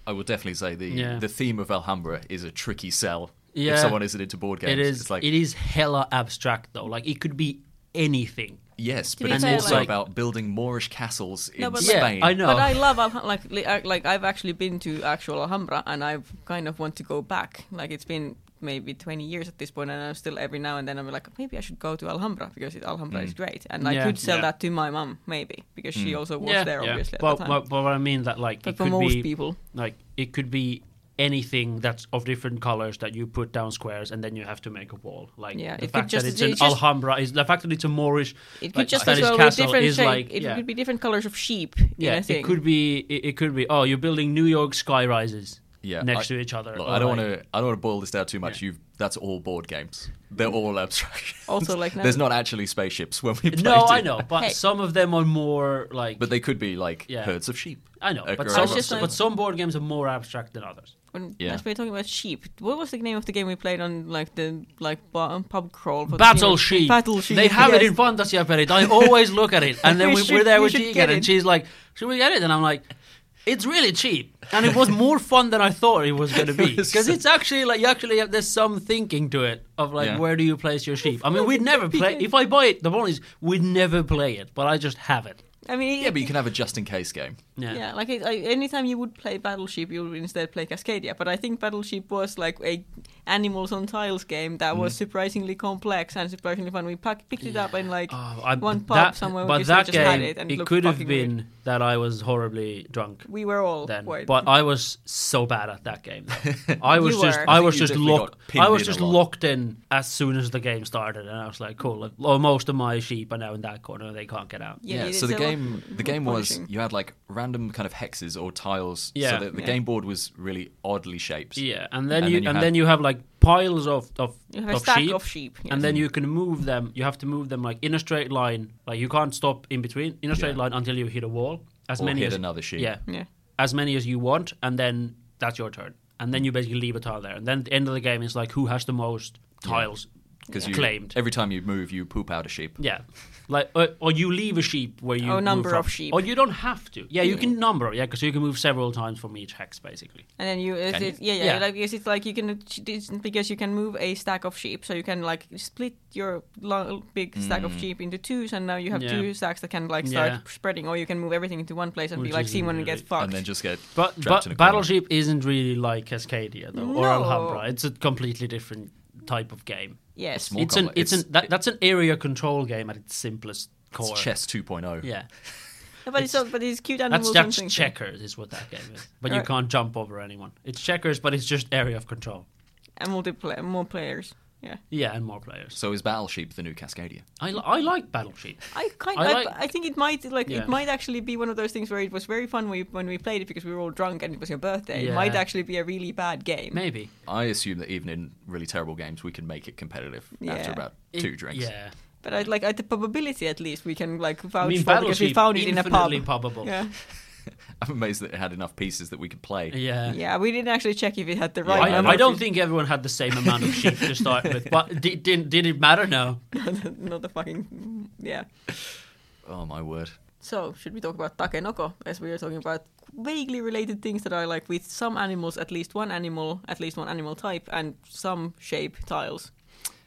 I will definitely say the Yeah. the theme of Alhambra is a tricky sell. Yeah. if someone isn't into board games, It is It's like it is hella abstract though. Like it could be anything. yes, To but be it's fair, also like- about building Moorish castles in No, but like- yeah, Spain. I know. But I love Alhambra. Like, li- uh, like I've actually been to actual Alhambra, and I kind of want to go back. Like it's been maybe 20 years at this point, and I'm still every now and then I'm like, maybe I should go to Alhambra because it, Alhambra is great, and I Hmm. Yeah. could sell Yeah. Hmm. that to my mum maybe because she also was there obviously But, at the time. but but what I mean that like but it for could most be people, like it could be anything that's of different colors that you put down squares and then you have to make a wall. Like Yeah, the it could fact just- that it's it an just- Alhambra is the fact that it's a Moorish. It could like, just as Spanish well be castle different is shape. like it yeah. could be different colors of sheep in yeah, a thing. it could be it, it could be oh you're building New York sky rises Yeah, next I- to each other. Look, or I don't like- want to. I don't want to boil this down too much. You've that's all board games. They're all abstract. Also, like, there's now- not actually spaceships when we play. No, I know, but Hey. some of them are more like But they could be like Yeah. herds of sheep. I know, Uh, but grow some, up just to- like- but some board games are more abstract than others. when Yeah. as we were talking about sheep, what was the name of the game we played on like the like bu- pub crawl? for the Battle female- Sheep. Battle sheep. They have it yes. in fantasy apparent. I always look at it, and then We we we're should- there we with should Tegan, get and it. she's like, "Should we get it?" And I'm like. It's really cheap, and it was more fun than I thought it was going to be. It was- Because it's actually like you actually have there's some thinking to it of like Yeah. where do you place your sheep. I mean, we'd never play. game. If I buy it, the problem is we'd never play it. But I just have it. I mean, Yeah, but you can have a just in case game. Yeah. Yeah, like it, I, anytime you would play Battleship, you would instead play Cascadia. But I think Battleship was like a animals on tiles game that Mm. was surprisingly complex and surprisingly fun. We pack, picked it up in like Oh, I- one pub that- somewhere. But because we that just game, had it, and it, looked could have fucking been weird. that I was horribly drunk. We were all then. quite. But uh, I was so bad at that game. I was You just were. I I was think you just definitely locked got pinned I was in a just lot. locked in as soon as the game started and I was like, cool, like, oh, most of my sheep are now in that corner, they can't get out. Yeah. it so is the a lot game, the game was punishing. you had like random kind of hexes or tiles. Yeah. So the, the Yeah. game board was really oddly shaped. Yeah. And then And you then you and had- then you have like piles of of, You have a of stack sheep. of sheep. yes. And then you can move them. You have to move them like in a straight line. Like you can't stop in between in a straight Yeah. line until you hit a wall. As Or many hit as another sheep. Yeah, yeah. as many as you want, and then that's your turn. And then you basically leave a tile there. And then at the end of the game is like who has the most tiles Because you claimed. every time you move, you poop out a sheep. yeah. Like or, or you leave a sheep where you Or move number from. of sheep. Or you don't have to. Yeah, you Yeah. can number, yeah, because you can move several times from each hex basically. And then you, it's, Can you? it's, yeah, yeah, Yeah. Like, it's, it's like you can it's because you can move a stack of sheep, so you can like split your long, big stack Mm. of sheep into twos, and now you have Yeah. two stacks that can like start Yeah. spreading, or you can move everything into one place and Which be like, is see when it really- gets fucked. And then just get But, trapped in a corner. but Battleship isn't really like Cascadia though, or No. Alhambra. It's a completely different type of game. yes, More it's an complex. it's an It's- that, that's an area control game at its simplest It's core. chess oh. 2.0. Yeah. No, but it's, It's- not- but it's cute That's animals. and that's things. checkers is what that game is. But you Alright. can't jump over anyone. It's checkers, but it's just area of control. and multiplayer, more players. Yeah, Yeah, and more players. So is Battleship the new Cascadia? I, li- I like Battleship. I kind I I, like- I think it might like Yeah. it might actually be one of those things where it was very fun when we, when we played it because we were all drunk and it was your birthday. Yeah. It might actually be a really bad game. Maybe I assume that even in really terrible games, we can make it competitive after Yeah. about It- two drinks. Yeah, But I'd like at the probability at least we can like vouch I mean for because Battleship we found it in a pub. infinitely pubbable. Yeah. I'm amazed that it had enough pieces that we could play. Yeah. yeah, we didn't actually check if it had the I- right I, number. I don't think everyone had the same amount of sheep to start with, but did, did, did it matter? No. not the fucking yeah. Oh my word. So should we talk about takenoko as we are talking about vaguely related things that are like with some animals at least one animal at least one animal type and some shape tiles.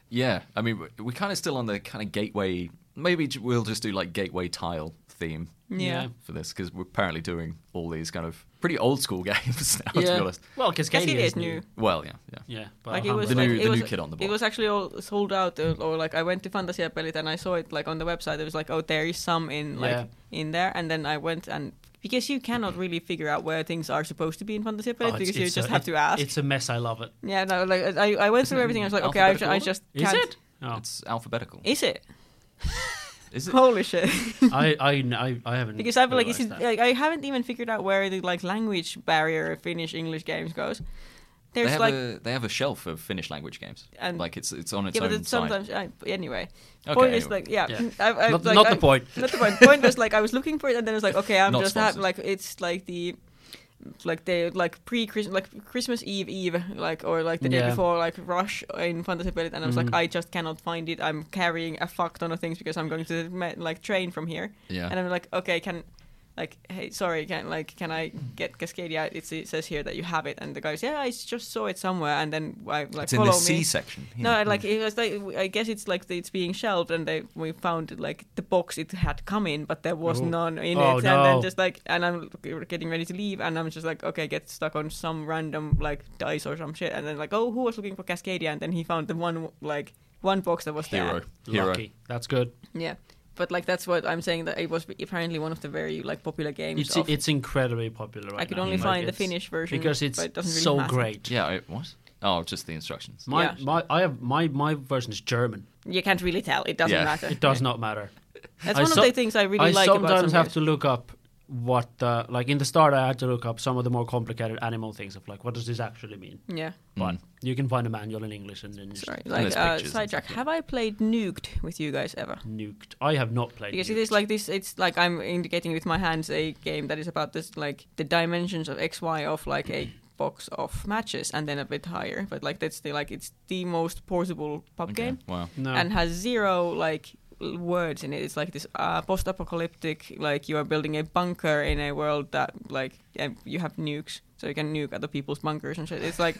Yeah, I mean, we- we're kind of still on the kind of gateway. Maybe j- we'll just do like gateway tile theme Yeah. for this because we're apparently doing all these kind of pretty old school games now. To be Yeah. honest. Well, Cascadia Cascadia is is new. Well, yeah, yeah. Yeah, but Like it was The Alhambra- new- like, it the was, new kid on the block. It was actually all sold out, or, or like I went to Fantasy Appellate and I saw it like on the website. It was like, oh, there is some in like Yeah. in there, and then I went and because you cannot really figure out where things are supposed to be in Fantasy Oh, Appellate it's- because you it's just uh, a- have to ask. It's a mess. I love it. Yeah, no, like I, I went through everything. I was like, okay, I, ju- I alphabetical just Is can't. it? Oh, It's alphabetical. Is it? Is it? Holy shit! I, I, I, I haven't. because I feel like, is it, realized that. like I haven't even figured out where the like language barrier of Finnish English games goes. They There's have like a they have a shelf of Finnish language games. And- like it's it's on its yeah, own but it's side. sometimes I, anyway. Okay, point is anyway. like yeah, Yeah. I, uh, I, Not- like, not the I- point. Not the point. point was like I was looking for it, and then it was like okay, I'm Not just ha- sponsored. like it's like the like they like pre Christmas like Christmas Eve Eve like or like the Yeah. day before like rush in Fantasy Planet, and I was Mhm. like Mm-hmm. I just cannot find it. I'm carrying a fuck ton of things because I'm going to the me- like train from here, yeah. and I'm like okay can. Like hey, sorry, can like can I get Cascadia? It's, it says here that you have it, and the guy says, "Yeah, I just saw it somewhere." And then I like it's in follow the C me. section. No, yeah. I like it was like I guess it's like it's being shelved, and they we found like the box it had come in, but there was Oh. none in Oh, it, no. and then just like and I'm getting ready to leave, and I'm just like okay, get stuck on some random like dice or some shit, and then like oh, who was looking for Cascadia, and then he found the one like one box that was hero, hero. lucky. That's good. there. Yeah, but like that's what I'm saying that it was apparently one of the very like popular games. It's of- it's incredibly popular. Right I could now. only Like, find the it's- Finnish version because it's but it doesn't really so matter. great. Yeah. I, what? Oh, just the instructions. My Yeah. my I have my my version is German. You can't really tell. It doesn't Yeah. matter. It does not matter. That's I one so- of the things I really I like about sometimes some have to look up what the like in the start I had to look up some of the more complicated animal things of like what does this actually mean? games. Yeah. Mm. But you can find a manual in English and then just Sorry, there's like uh, pictures and sidetrack. stuff, yeah. Have I played Nuked with you guys ever? nuked. I have not played Because nuked. it is like this. It's like I'm indicating with my hands a game that is about this, like the dimensions of X, Y of like a box of matches and then a bit higher. But like that's the like it's the most portable pub game Wow. No. and has zero like l- words in it. It's like this uh, post-apocalyptic, like you are building a bunker in a world that like and you have nukes, so you can nuke other people's bunkers and shit. It's like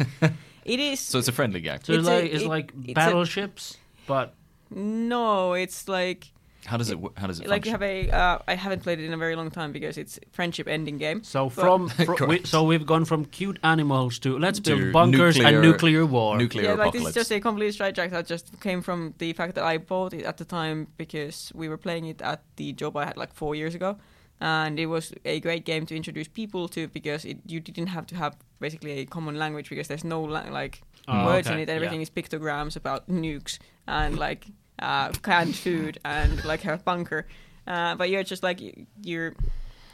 it is. So it's a friendly game. so it's it's a- like, it's it- like it's a- battleships, but no, it's like How does it? wo- How does it? like you function? have a. Uh, I haven't played it in a very long time because it's friendship ending game. so But- from, fro- we, Correct. so we've gone from cute animals to let's To build bunkers and nuclear- nuclear war. nuclear yeah, like apocalypse. this is just a complete sidetrack that just came from the fact that I bought it at the time because we were playing it at the job I had like four years ago, and it was a great game to introduce people to because it, you didn't have to have basically a common language because there's no la- like Oh, words okay, in it. yeah. Everything is pictograms about nukes and like uh, canned food and like a bunker, uh, but you're just like y- you're.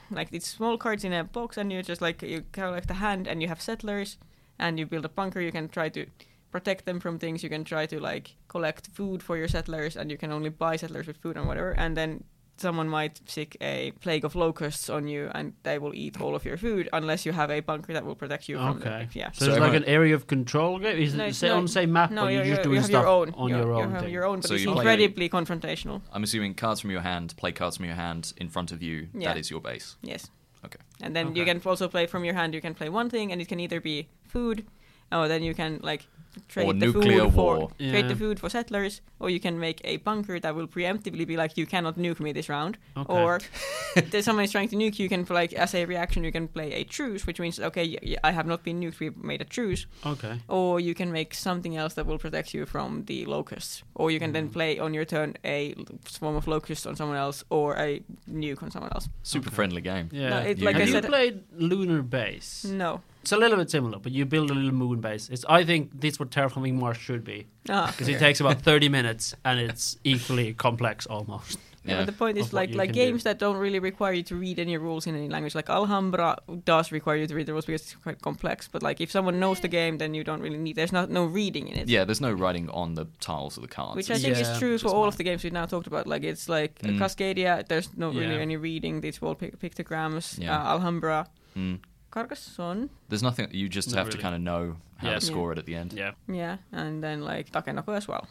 Like it's small cards in a box, and you're just like you collect a hand, and you have settlers, and you build a bunker. You can try to protect them from things. You can try to like collect food for your settlers, and you can only buy settlers with food and whatever. And then someone might sick a plague of locusts on you, and they will eat all of your food unless you have a bunker that will protect you from. Okay. The, yeah. So, So it's like everyone- an area of control game. Is No, it it's say, on not- the same map, no, but you're you're, just you doing have stuff your own. on You- your you own have thing? your own, but So it's you play- incredibly confrontational. I'm assuming cards from your hand, play cards from your hand in front of you. Yeah. That is your base. Yes. Okay. And then you Okay. can also play from your hand. You can play one thing, and it can either be food, or then you can like trade Or the nuclear food war. for trade Yeah. the food for settlers, or you can make a bunker that will preemptively be like you cannot nuke me this round, Okay. or if there's someone is trying to nuke you, can like as a reaction you can play a truce, which means okay y- y- I have not been nuked, we made a truce, Okay. or you can make something else that will protect you from the locusts, or you can then Mm. play on your turn a l- swarm of locusts on someone else, or a nuke on someone else. Super Okay. friendly game. Yeah. No, it, You- like Have I you said, Mm. played Lunar Base? no. It's a little bit similar, but you build a little moon base. It's I think this what terraforming Mars should be Ah. because it takes about thirty minutes and it's equally complex almost. Yeah. Yeah. but the point Of is what like you like can do. games that don't really require you to read any rules in any language. Like Alhambra does require you to read the rules because it's quite complex. But like if someone knows the game, then you don't really need. There's not no reading in it. Yeah, there's no writing on the tiles of the cards. Which I think Yeah, is true which for is all nice. of the games we've now talked about. Like it's like Mm. Cascadia. There's not really Yeah. any reading. It's all pic- pictograms. Yeah. Uh, Alhambra. Mm. Carcassonne. There's nothing. You just Not have to really. kind of know how Yeah. to score it at the end. Yeah, Yeah. Yeah, and then like Takenoko as well.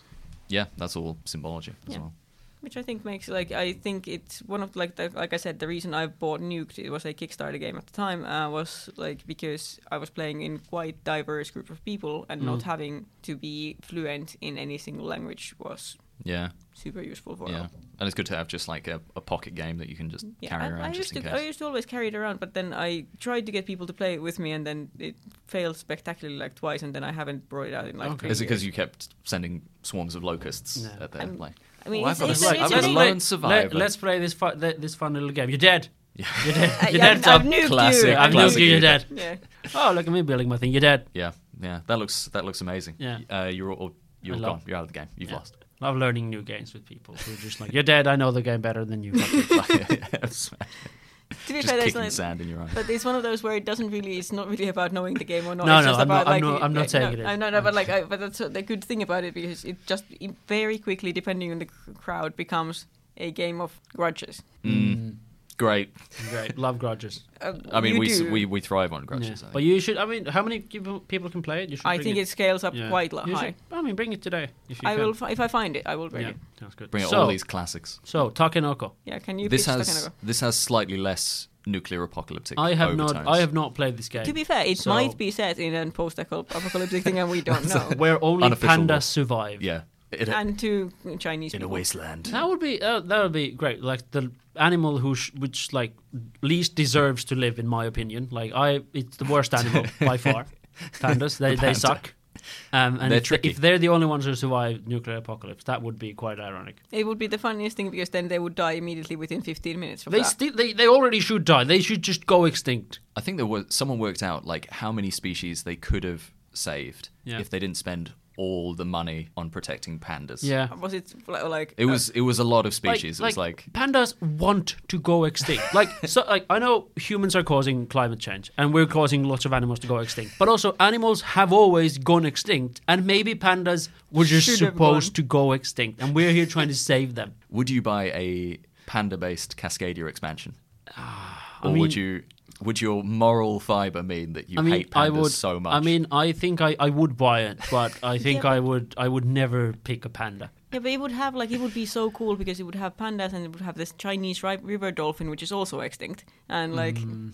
that's all symbology as Yeah. well. Which I think makes like I think it's one of like the, like I said the reason I bought Nuked it was a Kickstarter game at the time uh, was like because I was playing in quite diverse group of people and not Mm. having to be fluent in any single language was Yeah, super useful for yeah, all. and it's good to have just like a, a pocket game that you can just Yeah, carry I, around I just used in to case. I used to always carry it around, but then I tried to get people to play it with me, and then it failed spectacularly like twice, and then I haven't brought it out in like. Okay. three Is it because years. you kept sending swarms of locusts No. at their I'm- play? I mean, Oh, I've it's, got a it's, sli- it's, I've it's, got a really- lone survivor. Let, us play this fun, th- this fun little game. You're dead. Yeah, You're dead. I- You're I've, dead. Uh, I've son. nuked Classic. you. I've I've nuked you. You're dead. Yeah. Oh, look at me building my thing. You're dead. yeah, yeah. That looks that looks amazing. Yeah. uh, you're all, you're I gone. love- You're out of the game. You've Yeah. lost. Love learning new games with people. Who are just like you're dead. I know the game better than you. Mm. fucker." just To be fair, there's kicking like, sand in your eye. But it's one of those where it doesn't really. It's not really about knowing the game or not. No, it's no, just I'm about not- I'm like. not- I'm not like, saying no, it is. I know, no, but like, I, but that's the good thing about it because it just it very quickly, depending on the c- crowd, becomes a game of grudges. Mm, great. Great. Love grudges. Uh, I mean, you we, s- do. we we thrive on grudges. Yeah. I think. But you should. I mean, how many people people can play it? You should I bring think it. it scales up quite lo- You high. should- I mean, bring it today if you I can. will fi- if I find it, I will bring yeah, it. sounds good. Bring out so, all these classics. So Takenoko, Yeah, can you? this pitch has Takenoko? this has slightly less nuclear apocalyptic. I have overtones. not. I have not played this game. To be fair, it So- might be set in a post-apocalyptic thing, and we don't know. where only Unofficial pandas war. survive. Yeah, It- And to Chinese in a people. wasteland. That would be uh, that would be great. Like the animal who sh- which like least deserves to live, in my opinion. Like I, it's the worst animal by far. Pandas, they The they panda. suck. Um, and They're if, they, tricky. if they're the only ones who survive nuclear apocalypse, that would be quite ironic. It would be the funniest thing because then they would die immediately within 15 minutes from They that. still they, they already should die. They should just go extinct. I think there was someone worked out like how many species they could have saved Yeah. if they didn't spend all the money on protecting pandas. Yeah. Was it fl- like It was it was a lot of species. it was like pandas want to go extinct. Like so, like I know humans are causing climate change, and we're causing lots of animals to go extinct. But also, animals have always gone extinct, and maybe pandas were just Should have supposed gone. to go extinct, and we're here trying to save them. would you buy a panda based Cascadia expansion? or would Ah, mean- you Would your moral fiber mean that you I mean, hate pandas I would. so much? I mean, I think I, I would buy it, but I think Yeah. I would I would never pick a panda. Yeah, but it would have like it would be so cool because it would have pandas and it would have this Chinese ri- river dolphin which is also extinct and like Mm.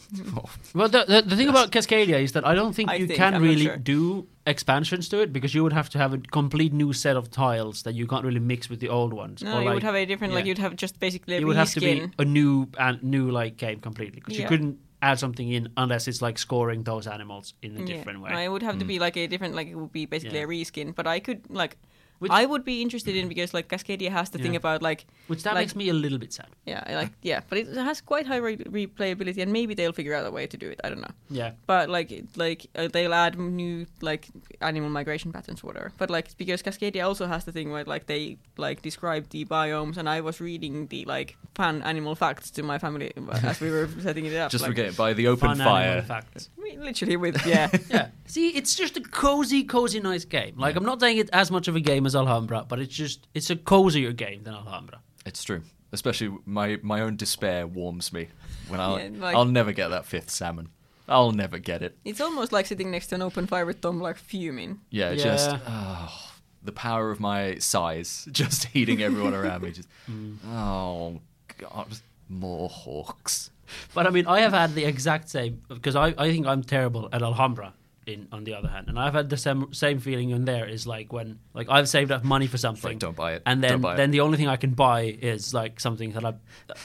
Well, the, the, the thing about Cascadia is that I don't think I you think, can I'm not really sure. do expansions to it because you would have to have a complete new set of tiles that you can't really mix with the old ones. no, Or, you like, would have a different like yeah. you'd have just basically a it would have to reskin. be a new and new like game completely because you Yeah. couldn't add something in unless it's like scoring those animals in a different No, way. Mm. it would have to be like a different, like it would be basically Yeah. a reskin. But I could like, Which- Mm. I would be interested in because like Cascadia has the thing Yeah. about like, Which that like- makes me a little bit sad. yeah, like yeah, but it has quite high re- replayability, and maybe they'll figure out a way to do it. I don't know. Yeah. But like, it- like uh, they'll add new like animal migration patterns, or whatever. But like because Cascadia also has the thing where like they like describe the biomes, and I was reading the like fan animal facts to my family as we were setting it up. just like, forget it by the open Fun fire. animal facts. we- Literally with yeah. yeah. See, it's just a cozy, cozy, nice game. Like I'm not saying it's as much of a game as Alhambra, but it's just it's a cozier game than Alhambra. It's true. Especially my my own despair warms me when I'll Yeah, like- I'll never get that fifth salmon. I'll never get it. It's almost like sitting next to an open fire with Tom like fuming. Yeah, just Yeah. oh, the power of my size just heating everyone around me. Just Mm. oh god, more hawks. But I mean, I have had the exact same because I, I think I'm terrible at Alhambra. In on the other hand, and I've had the same same feeling in there is like when like I've saved up money for something. Like, don't buy it. And Don't then buy it. then the only thing I can buy is like something that I,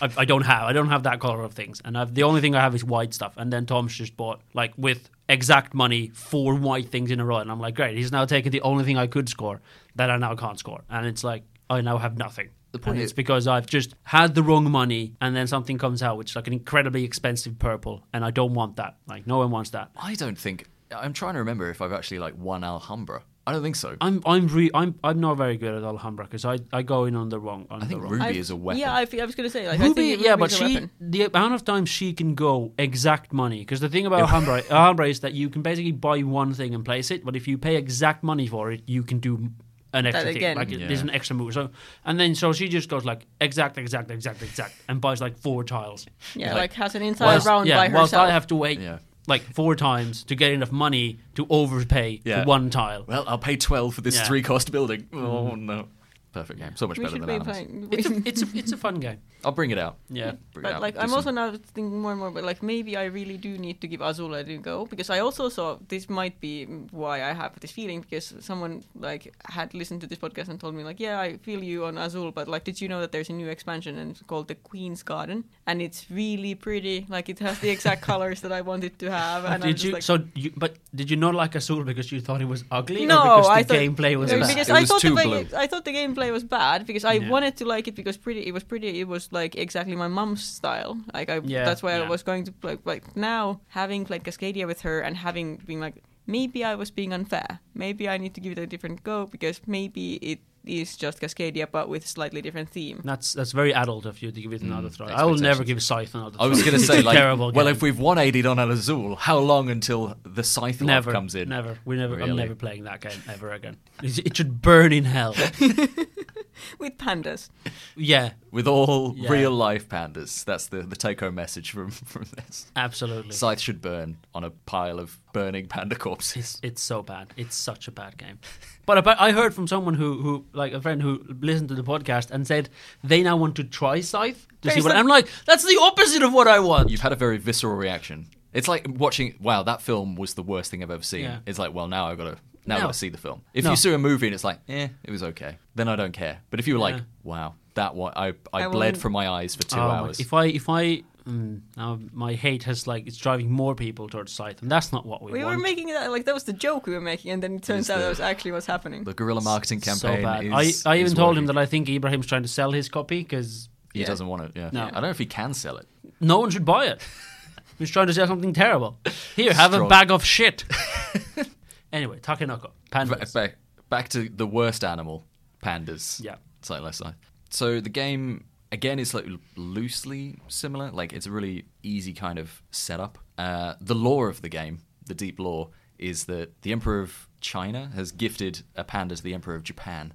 I I don't have. I don't have that color of things, and I've, the only thing I have is white stuff. And then Tom's just bought like with exact money four white things in a row, and I'm like, great. He's now taken the only thing I could score that I now can't score, and it's like I now have nothing. The point and is- it's because I've just had the wrong money, and then something comes out which is like an incredibly expensive purple, and I don't want that. Like no one wants that. I don't think I'm trying to remember if I've actually like won Alhambra. I don't think so. i I'm I'm re- I'm I'm not very good at Alhambra because I, I go in on the wrong. On think the wrong. Ruby I've- is a weapon. Yeah, I, fe- I was gonna say like Ruby, I think yeah, Ruby's but a she, weapon. the amount of time she can go exact money, because the thing about Alhambra, Alhambra is that you can basically buy one thing and place it, but if you pay exact money for it, you can do an extra again. thing, like it- there's Yeah. an extra move. So, and then so she just goes like exact, exact, exact, exact, and buys like four tiles. Yeah, like- like, has an entire Whilst- Uh, round yeah, by whilst herself. I have to wait Yeah. like four times to get enough money to overpay Yeah. for one tile. well, I'll pay twelve for this Yeah. three-cost building. Oh no, perfect game. So much we better should than be animals. playing. It's a, it's a, it's a fun game. I'll bring it out. Yeah. Bring it but out. like, Do I'm some- also now thinking more and more. But like, maybe I really do need to give Azula a go because I also saw this might be why I have this feeling because someone like had listened to this podcast and told me like, yeah, I feel you on Azul, but like, did you know that there's a new expansion and it's called the Queen's Garden and it's really pretty. Like, it has the exact colors that I wanted to have. And I'm Did just you like, so? You, but did you not like Azul because you thought it was ugly, No, or because the I thought- gameplay was It No, bad? because It I was thought the too game, blue. I thought the gameplay was bad because I Yeah. wanted to like it because pretty it was pretty it was like exactly my mom's style like I Yeah, that's why I yeah. was going to play like now having played Cascadia with her and having been like maybe I was being unfair maybe I need to give it a different go because maybe it is just Cascadia but with slightly different theme That's that's very adult of you to give it another try. I will expectations. never give Scythe another try. Mm, I was going to It's say, a like, terrible well, game. if we've 180 on Al Azul, how long until the Scythe love never comes in? never, we never, I'm Really? never playing that game ever again. It's- It should burn in hell. with pandas yeah, With all Yeah. real life pandas. That's the, the take home message from, from this. absolutely. Scythe should burn on a pile of burning panda corpses. It's it's so bad. It's such a bad game. But I, I heard from someone who, who like a friend who listened to the podcast and said they now want to try Scythe to see Based what. on- I'm like, that's the opposite of what I want. You've had a very visceral reaction. It's like watching, wow, that film was the worst thing I've ever seen. Yeah. It's like, well, now I've got to. Now No. I've got to see the film. If No. you see a movie and it's like, eh, it was okay, then I don't care. But if you were like, Yeah. wow, that one, I, I, I bled will- from my eyes for two Oh, my- hours. If I if I mm, now my hate has like it's driving more people towards Scythe, and that's not what we, we want. were making that like that was the joke we were making and then it turns Is out the- that was actually what's happening the guerrilla marketing so campaign bad. is. I I is even told working. him that I think Ibrahim's trying to sell his copy because He Yeah. doesn't want it. Yeah. No. I don't know if he can sell it. no one should buy it. He's trying to sell something terrible. Here, have a Strong. bag of shit. anyway, Takenoko Ba- pandas. Back, back to the worst animal, pandas. Yeah. Slightly less side. So the game again is like loosely similar. Like it's a really easy kind of setup. Uh, the lore of the game, the deep lore, is that the emperor of China has gifted a panda to the emperor of Japan.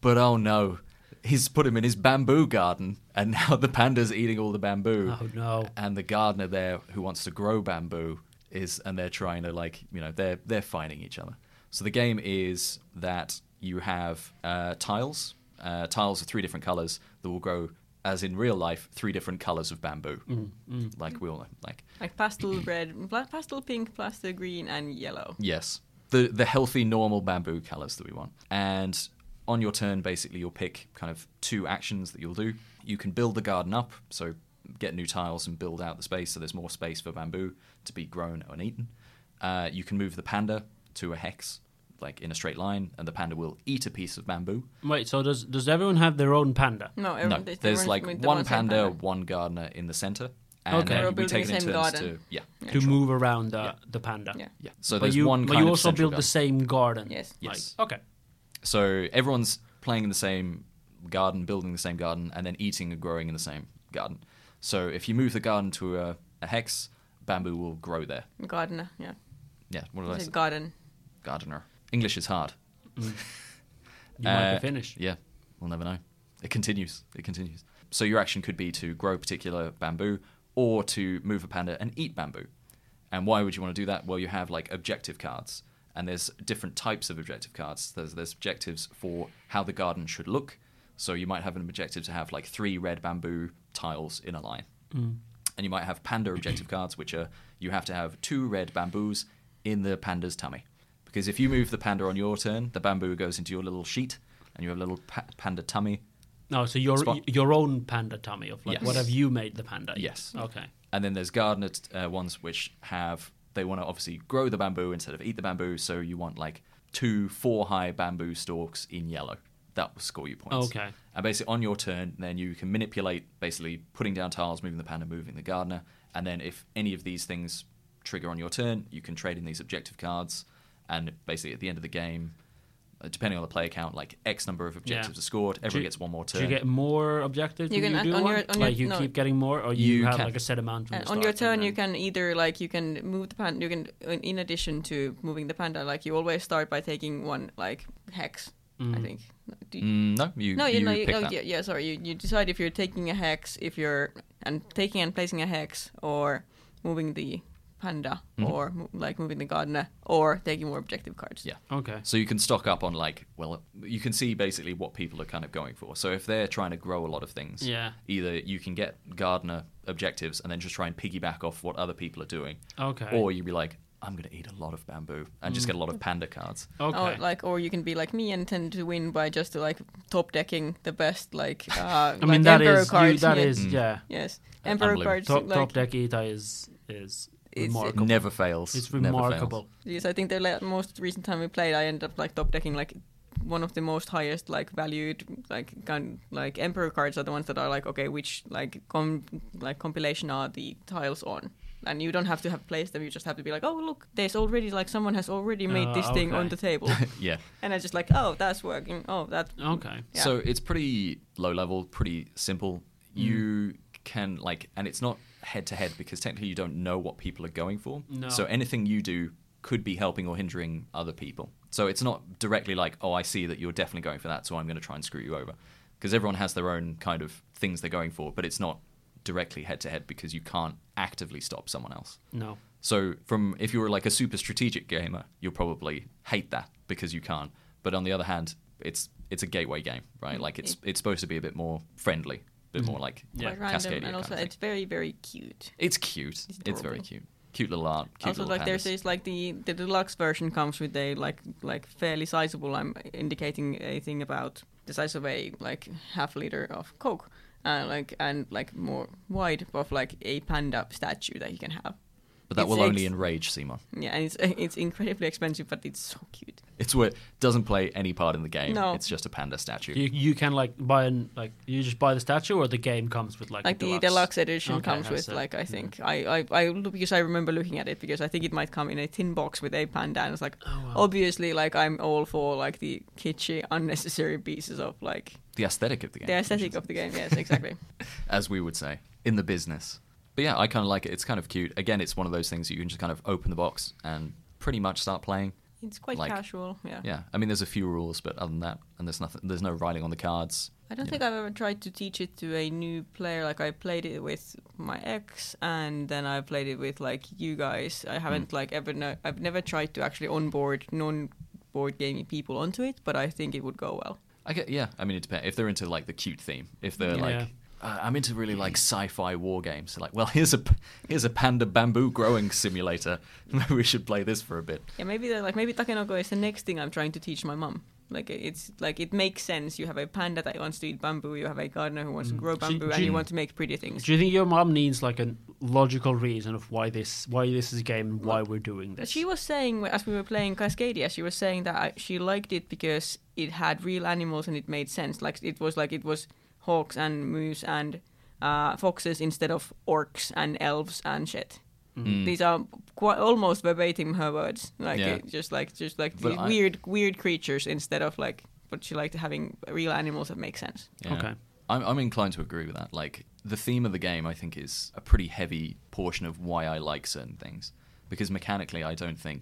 But oh no, he's put him in his bamboo garden, and now the panda's eating all the bamboo. Oh, no. And the gardener there who wants to grow bamboo is, and they're trying to like, you know, they're they're fighting each other. So the game is that you have uh, tiles, uh, tiles of three different colors that will grow, as in real life, three different colors of bamboo, Mm, like we all know, like Like pastel red, pla- pastel pink, pastel green, and yellow. Yes. The the healthy normal bamboo colours that we want. And on your turn basically you'll pick kind of two actions that you'll do. You can build the garden up, so get new tiles and build out the space so there's more space for bamboo to be grown and eaten. Uh, you can move the panda to a hex, like in a straight line, and the panda will eat a piece of bamboo. Wait, so does does everyone have their own panda? No, everyone, No, they- they there's weren't like with the one ones that panda, panda. one gardener in the centre, and Okay. We're we building take the it in same turns garden. to yeah. to move around uh, the panda. Yeah. Yeah. So but there's you, one but kind you of also central build the garden. same garden. Yes. Like, Yes. okay. So everyone's playing in the same garden, building the same garden, and then eating and growing in the same garden. So if you move the garden to a, a hex, bamboo will grow there. Gardener, yeah. Yeah, what did I Is say? it garden? Gardener. English is hard. You might Uh, be finished. Yeah, we'll never know. It continues. It continues. So your action could be to grow particular bamboo or to move a panda and eat bamboo. And why would you want to do that? Well, you have like objective cards, and there's different types of objective cards. There's there's objectives for how the garden should look. So you might have an objective to have like three red bamboo tiles in a line. And you might have panda objective cards, which are you have to have two red bamboos in the panda's tummy. Because if you move the panda on your turn, the bamboo goes into your little sheet, and you have a little pa- panda tummy. No, Oh, so your Spot- your own panda tummy of like Yes. what have you made the panda? eat? Yes. Okay. And then there's gardener t- uh, ones which have they want to obviously grow the bamboo instead of eat the bamboo, so you want like two four high bamboo stalks in yellow. That will score you points. Okay. And basically, on your turn, then you can manipulate basically putting down tiles, moving the panda, moving the gardener. And then if any of these things trigger on your turn, you can trade in these objective cards. And basically, at the end of the game, uh, depending on the player count, like X number of objectives are scored. Everyone you- gets one more Do turn. you get more objectives? You when can add do on one? your- on your- like you no. keep getting more, or you, You have can. like a set amount from And the on your start turn, and you then- can either like you can move the panda. You can, in- in addition to moving the panda, like you always start by taking one like hex. I think. Do you- Mm-hmm. Mm, no, you, no, you, you know, you, pick oh, that. yeah, yeah, sorry. You, you decide if you're taking a hex, if you're and taking and placing a hex, or moving the panda, or mo- like moving the gardener, or taking more objective cards. Mm-hmm. Yeah. Okay. So you can stock up on like, well, you can see basically what people are kind of going for. So if they're trying to grow a lot of things, Yeah. either you can get gardener objectives and then just try and piggyback off what other people are doing, Okay. or you'd be like, I'm going to eat a lot of bamboo and Mm. just get a lot of panda cards. okay. Or Oh, like, or you can be like me and tend to win by just like top decking the best like uh, I I like mean that emperor is you, cards. that yeah. is yeah. yes, Uh, emperor unbelievable. cards. Top, like, top deck Ita is is It's- remarkable. Never fails. It's Never fails. remarkable. Yes, I think the la- most recent time we played, I ended up like top decking like one of the most highest like valued like gun like emperor cards are the ones that are like okay which like com like compilation are the tiles on and you don't have to have placed them you just have to be like oh look there's already like someone has already made Ah, this thing okay. on the table yeah. and i just like oh that's working oh that Okay. Yeah. So it's pretty low level, pretty simple. Mm. You can like, and it's not head to head because technically you don't know what people are going for. No. So anything you do could be helping or hindering other people. So it's not directly like, oh, I see that you're definitely going for that, so I'm going to try and screw you over. Because everyone has their own kind of things they're going for, but it's not directly head to head because you can't actively stop someone else. No. So from if you were like a super strategic gamer, you'll probably hate that because you can't. But on the other hand, it's it's a gateway game, right? Like it's it's supposed to be a bit more friendly, a bit more like Yeah. quite random Cascadia and kind also of thing. it's very very cute it's cute. It's, It's very adorable. cute. Cute little art. Cute also little like there's pandas. this like the the deluxe version comes with a like like fairly sizable i'm indicating a thing about the size of a like half liter of coke and like and like more wide of like a panda statue that you can have but that it's will only ex- enrage Simon. yeah and it's it's incredibly expensive but it's so cute It's what doesn't play any part in the game. No. It's just a panda statue. You you can like buy an like you just buy the statue or the game comes with like, like a the deluxe edition Okay, comes I with see. like i think I, I i because i remember looking at it because i think it might come in a tin box with a panda and it's like Oh, wow. obviously like i'm all for like the kitschy unnecessary pieces of like the aesthetic of the game. the aesthetic of the game. Yes, exactly. as we would say, in the business. But yeah, I kind of like it. It's kind of cute. Again, it's one of those things that you can just kind of open the box and pretty much start playing. It's quite Like- casual. Yeah. Yeah, I mean, there's a few rules, but other than that, and there's nothing. There's no writing on the cards. I don't Yeah. think I've ever tried to teach it to a new player. Like I played it with my ex, and then I played it with like you guys. I haven't like ever. No, I've never tried to actually onboard non-board gaming people onto it, but I think it would go well. I get, yeah. I mean, it depends if they're into like the cute theme. If they're Yeah. like, Yeah. uh, I'm into really like sci-fi war games. So like, well, here's a here's a panda bamboo growing simulator. Maybe we should play this for a bit. Yeah, maybe they're like maybe Takenoko is the next thing I'm trying to teach my mom. Like it's like it makes sense. You have a panda that wants to eat bamboo. You have a gardener who wants to grow Do- bamboo, do and you you- want to make pretty things. Do you think your mom needs like a logical reason of why this why this is a game and why we're doing But this? She was saying as we were playing Cascadia, she was saying that I, she liked it because it had real animals and it made sense. Like it was like it was hawks and moose and uh, foxes instead of orcs and elves and shit. Mm. These are quite almost verbatim her words. Like Yeah. it- just like just like But these I- weird weird creatures instead of like. But she liked having real animals that make sense. Yeah. Okay. I'm, I'm inclined to agree with that. Like, the theme of the game, I think, is a pretty heavy portion of why I like certain things. Because mechanically, I don't think.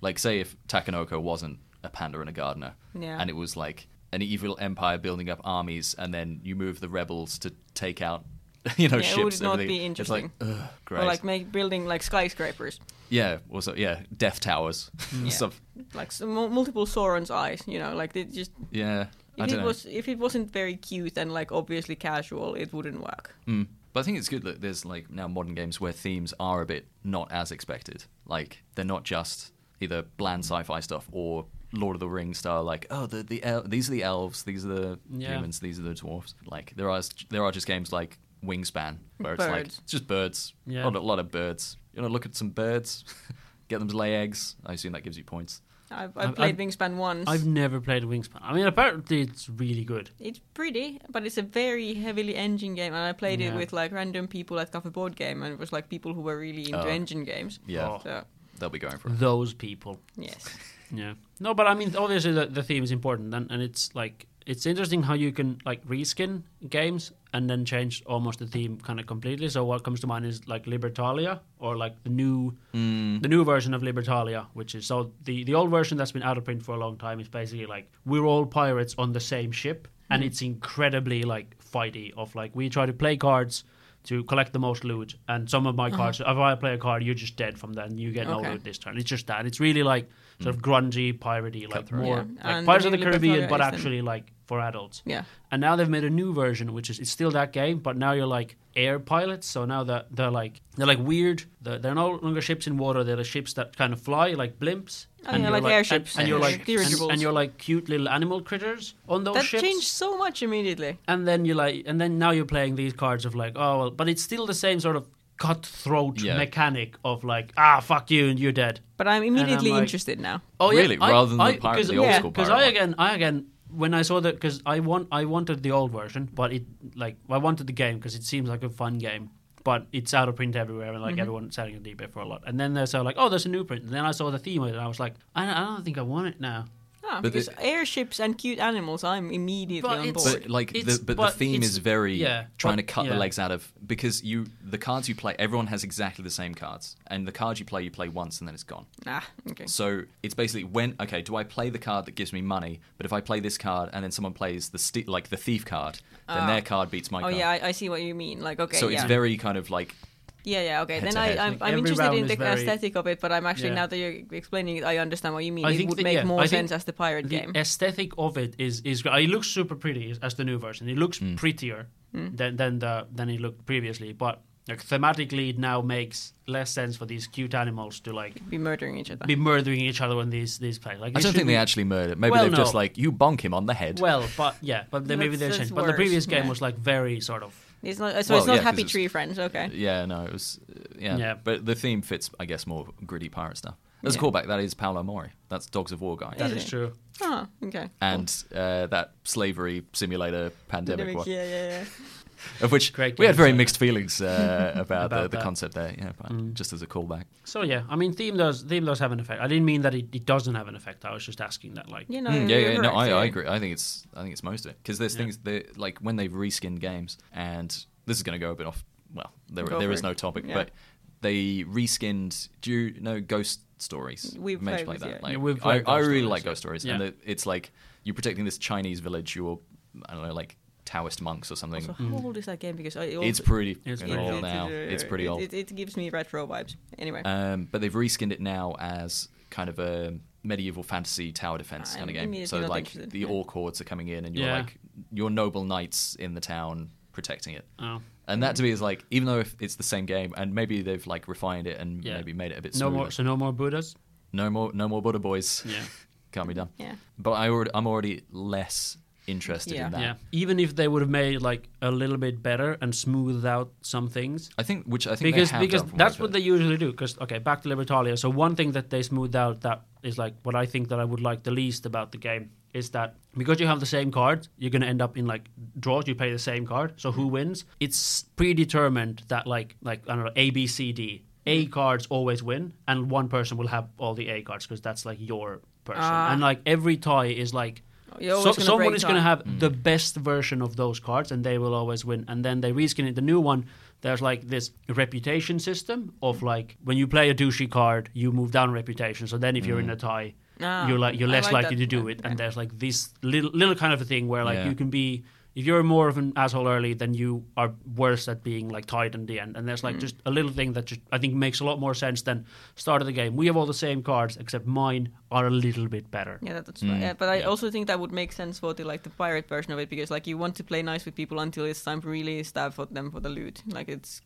Like, say if Takanoko wasn't a panda and a gardener, Yeah. and it was like an evil empire building up armies, and then you move the rebels to take out, you know, Yeah, it ships. would and not everything. be It's like, ugh, great. Or like make building like skyscrapers, yeah, also, yeah, death towers. Yeah. Stuff. like s mul multiple Sauron's eyes. You know, like they just Yeah. I don't If it know. was if it wasn't very cute and like obviously casual, it wouldn't work. Mm. But I think it's good that there's like now modern games where themes are a bit not as expected. Like they're not just either Mm. bland sci-fi stuff or Lord of the Rings style. Like oh, the the el- these are the elves, these are the Yeah. humans, these are the dwarfs. Like there are there are just games like Wingspan where it's like Birds. it's just birds. Yeah. A, lot, a lot of birds. You know, look at some birds, get them to lay eggs. I assume that gives you points. I've, I've I've- played Wingspan once. I've never played Wingspan. I mean, apparently it's really good. It's pretty, but it's a very heavily engine game, and I played it Yeah. with like random people at Cafe Board Game, and it was like people who were really into Oh. engine games. Yeah, Oh. So they'll be going for it. Those people. yes, Yeah. No, but I mean, obviously the, the theme is important, and, and it's like it's interesting how you can like reskin games and then change almost the theme kind of completely. So what comes to mind is like Libertalia or like the new Mm. the new version of Libertalia, which is so the the old version that's been out of print for a long time is basically like we're all pirates on the same ship, and it's incredibly like fighty. Of like we try to play cards. To collect the most loot, and some of my cards, if I play a card, you're just dead from that, and you get Okay. no loot this turn. It's just that. It's really like sort of grungy, piratey, like Cutthroat. more Yeah. like And Pirates the of the new Caribbean, Libertalia but is then- actually like for adults. yeah, And now they've made a new version, which is it's still that game, but now you're like air pilots. So now they're, they're like they're like weird. They're, they're no longer ships in water. They're the ships that kind of fly, like blimps. Oh, yeah, you're like airships and, and you're and like and, dirigibles. and you're like cute little animal critters on those that Oh, ships. changed so much immediately. And then you like, and then now you're playing these cards of like, oh well, but it's still the same sort of cutthroat Yeah. mechanic of like, ah, fuck you, and you're dead. But I'm immediately like- interested now. Oh yeah, Really? Rather than the pirate- because- the old yeah, school Because pirate I one. again, I again, when I saw that, because I want, I wanted the old version, but it like I wanted the game because it seems like a fun game, but it's out of print everywhere and like Mm-hmm. everyone's selling it on eBay for a lot. And then they're so like, oh, there's a new print. And then I saw the theme of it and I was like, I don't, I don't think I want it now. Ah, But because it- airships and cute animals, I'm immediately But on it's- board. But like It's- the but, but the theme it's- is very yeah, trying but- to cut yeah. the legs out of because you the cards you play everyone has exactly the same cards and the card you play you play once and then it's gone. ah, okay. So it's basically when okay do I play the card that gives me money but if I play this card and then someone plays the sti like the thief card then Ah. their card beats my Oh card. yeah, I, I see what you mean. Like okay, so yeah. it's very kind of like Yeah, yeah, okay. Then I, Head-to-head. I'm, Like, I'm every interested round in is the very- aesthetic of it, but I'm actually Yeah. now that you're explaining it, I understand what you mean. I it think would that- make yeah, more I think sense as the pirate the e- game. aesthetic of it is is it looks super pretty as- as the new version. It looks Mm. prettier than than the than it looked previously, but like thematically, it now makes less sense for these cute animals to like Be murdering each other. be murdering each other on these these plays. Like I it don't should think they be- actually murder. Maybe Well, they've just no. like you bonk him on the head. Well, but yeah, but then maybe they That's- changed. that's But the previous worse, game yeah. was like very sort of It's not, Well, so it's not yeah, 'cause Happy it's- Tree Friends, okay. Yeah, no, it was uh, yeah. Yeah. But the theme fits I guess more gritty pirate stuff. There's Yeah. a callback that is Paolo Mori. That's Dogs of War guy. that Is is it? true. Ah, okay. and uh, that slavery simulator pandemic Pandemic, one, yeah, yeah, yeah. of which Great we had games, very uh, mixed feelings uh, about, the, about the that. concept there. Yeah, but Mm. just as a callback. So yeah, I mean, theme does theme does have an effect. I didn't mean that it, it doesn't have an effect. I was just asking that like You know, Mm, yeah, you're yeah, no, correct, I, yeah. I agree. I think it's I think it's most of it because there's Yeah. things that like when they've reskinned games, and this is going to go a bit off. Well, there Go there for is it. no topic, Yeah. but they reskinned. Do you know Ghost stories. We've managed to play played with- that. yeah. Like, Yeah, we've I, played I Ghost really Stories, like yeah. ghost stories, and Yeah. the, it's like you're protecting this Chinese village. You're I don't know, like Taoist monks or something. Also, how old is that game? Because I Hmm. it's also- pretty It's old pretty old. now. It's pretty it, old. It, it gives me retro vibes. Anyway, Um, but they've reskinned it now as kind of a medieval fantasy tower defense I'm kind of game. immediately So not like interested, the yeah. orc hordes are coming in, and you're Yeah. like your noble knights in the town protecting it. Oh. And Mm. that to me is like, even though if it's the same game, and maybe they've like refined it and Yeah. maybe made it a bit No smoother. more, so no more Buddhas. no more, no more Buddha boys. Yeah. Can't be done. yeah. But I already, I'm already less interested Yeah. in that. Yeah. Even if they would have made like a little bit better and smoothed out some things, I think, which I think because they have because done from that's I've what they heard. usually do. Because okay, back to Libertalia. So one thing that they smoothed out that is like what I think that I would like the least about the game is that because you have the same cards, you're gonna end up in like draws. You play the same card, so who wins? It's predetermined that like like I don't know A B C D. A Mm. cards always win, and one person will have all the A cards because that's like your person. Ah. and like every tie is like You're so, always gonna someone break is going to time. have the best version of those cards, and they will always win. And then they reskin it. The new one, there's like this reputation system Mm. of like when you play a douchey card, you move down reputation. So then if you're in a tie, Ah, you're like you're I less like likely that. to do it. And there's like this little little kind of a thing where like Yeah. you can be if you're more of an asshole early, then you are worse at being like tied in the end. And there's like Mm. just a little thing that just, I think makes a lot more sense than start of the game. We have all the same cards except mine are a little bit better. Yeah, that- that's right. Yeah, but I Hmm. yeah. also think that would make sense for the like the pirate version of it because like you want to play nice with people until it's time to really stab for them for the loot. Like it's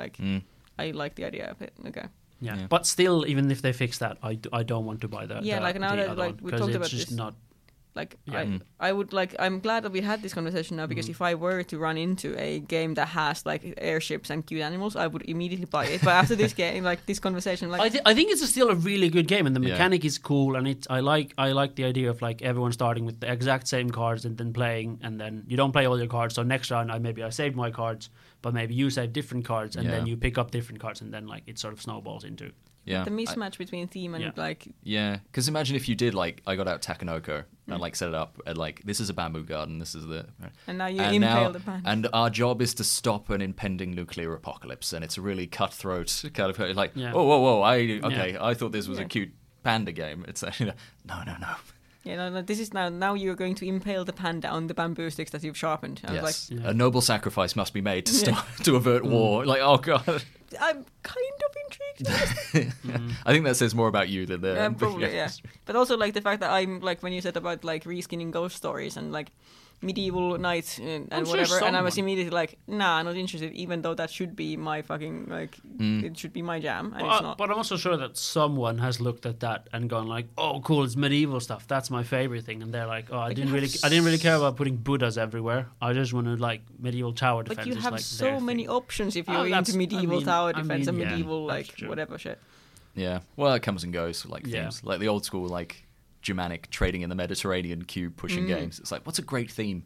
like Mm. I like the idea of it. Okay. Yeah. Yeah. but still, even if they fix that, I, d- I don't want to buy that. Yeah, the, like, now the that, other like, one, we 'cause talked it's about just this. Not, Like Yeah. I, Mm. I would like. I'm glad that we had this conversation now Hmm. because if I were to run into a game that has like airships and cute animals, I would immediately buy it. But after this game, like this conversation, like I, th- I think it's a still a really good game, and the Yeah. mechanic is cool, and it's I like I like the idea of like everyone starting with the exact same cards and then playing, and then you don't play all your cards. So next round, I maybe I saved my cards, but maybe you save different cards, and then Yeah. you pick up different cards, and then like it sort of snowballs into. yeah. the I- mismatch between theme and Yeah. like Yeah, because imagine if you did like I got out Takanoko and like set it up and like this is a bamboo garden, this is the Mm. And now you and impale now- the bamboo. and our job is to stop an impending nuclear apocalypse, and it's a really cutthroat kind of like Yeah. oh whoa whoa I okay I thought this was a Yeah. cute panda game. It's you know, no no no Yeah, no, no, this is now. Now you're going to impale the panda on the bamboo sticks that you've sharpened. I yes was Yeah. a noble sacrifice must be made to stop to avert Mm. war. Like oh god, like, I'm kind of intrigued. I think that says more about you than the yeah, Mm. Um, Uh, probably, yeah. But also, like, the fact that I'm, like, when you said about, like, reskinning ghost stories and, like, medieval knights and, I'm and sure whatever, and I was someone- immediately like, nah, I'm not interested, even though that should be my fucking, like, it should be my jam, and it's But, not. but I'm also sure that someone has looked at that and gone like, "Oh, cool, it's medieval stuff. That's my favorite thing." And they're like, "Oh, I But didn't you really, have I didn't really care about putting Buddhas everywhere. I just wanted like medieval tower defense." But you is, have like, so their many thing. options if you're Oh, that's- into I medieval mean- tower I defense mean, and yeah, medieval, that's like, true. whatever shit. Yeah. Well, it comes and goes like Yeah. themes, like the old school like Germanic trading in the Mediterranean cube pushing Mm. games. It's like what's a great theme?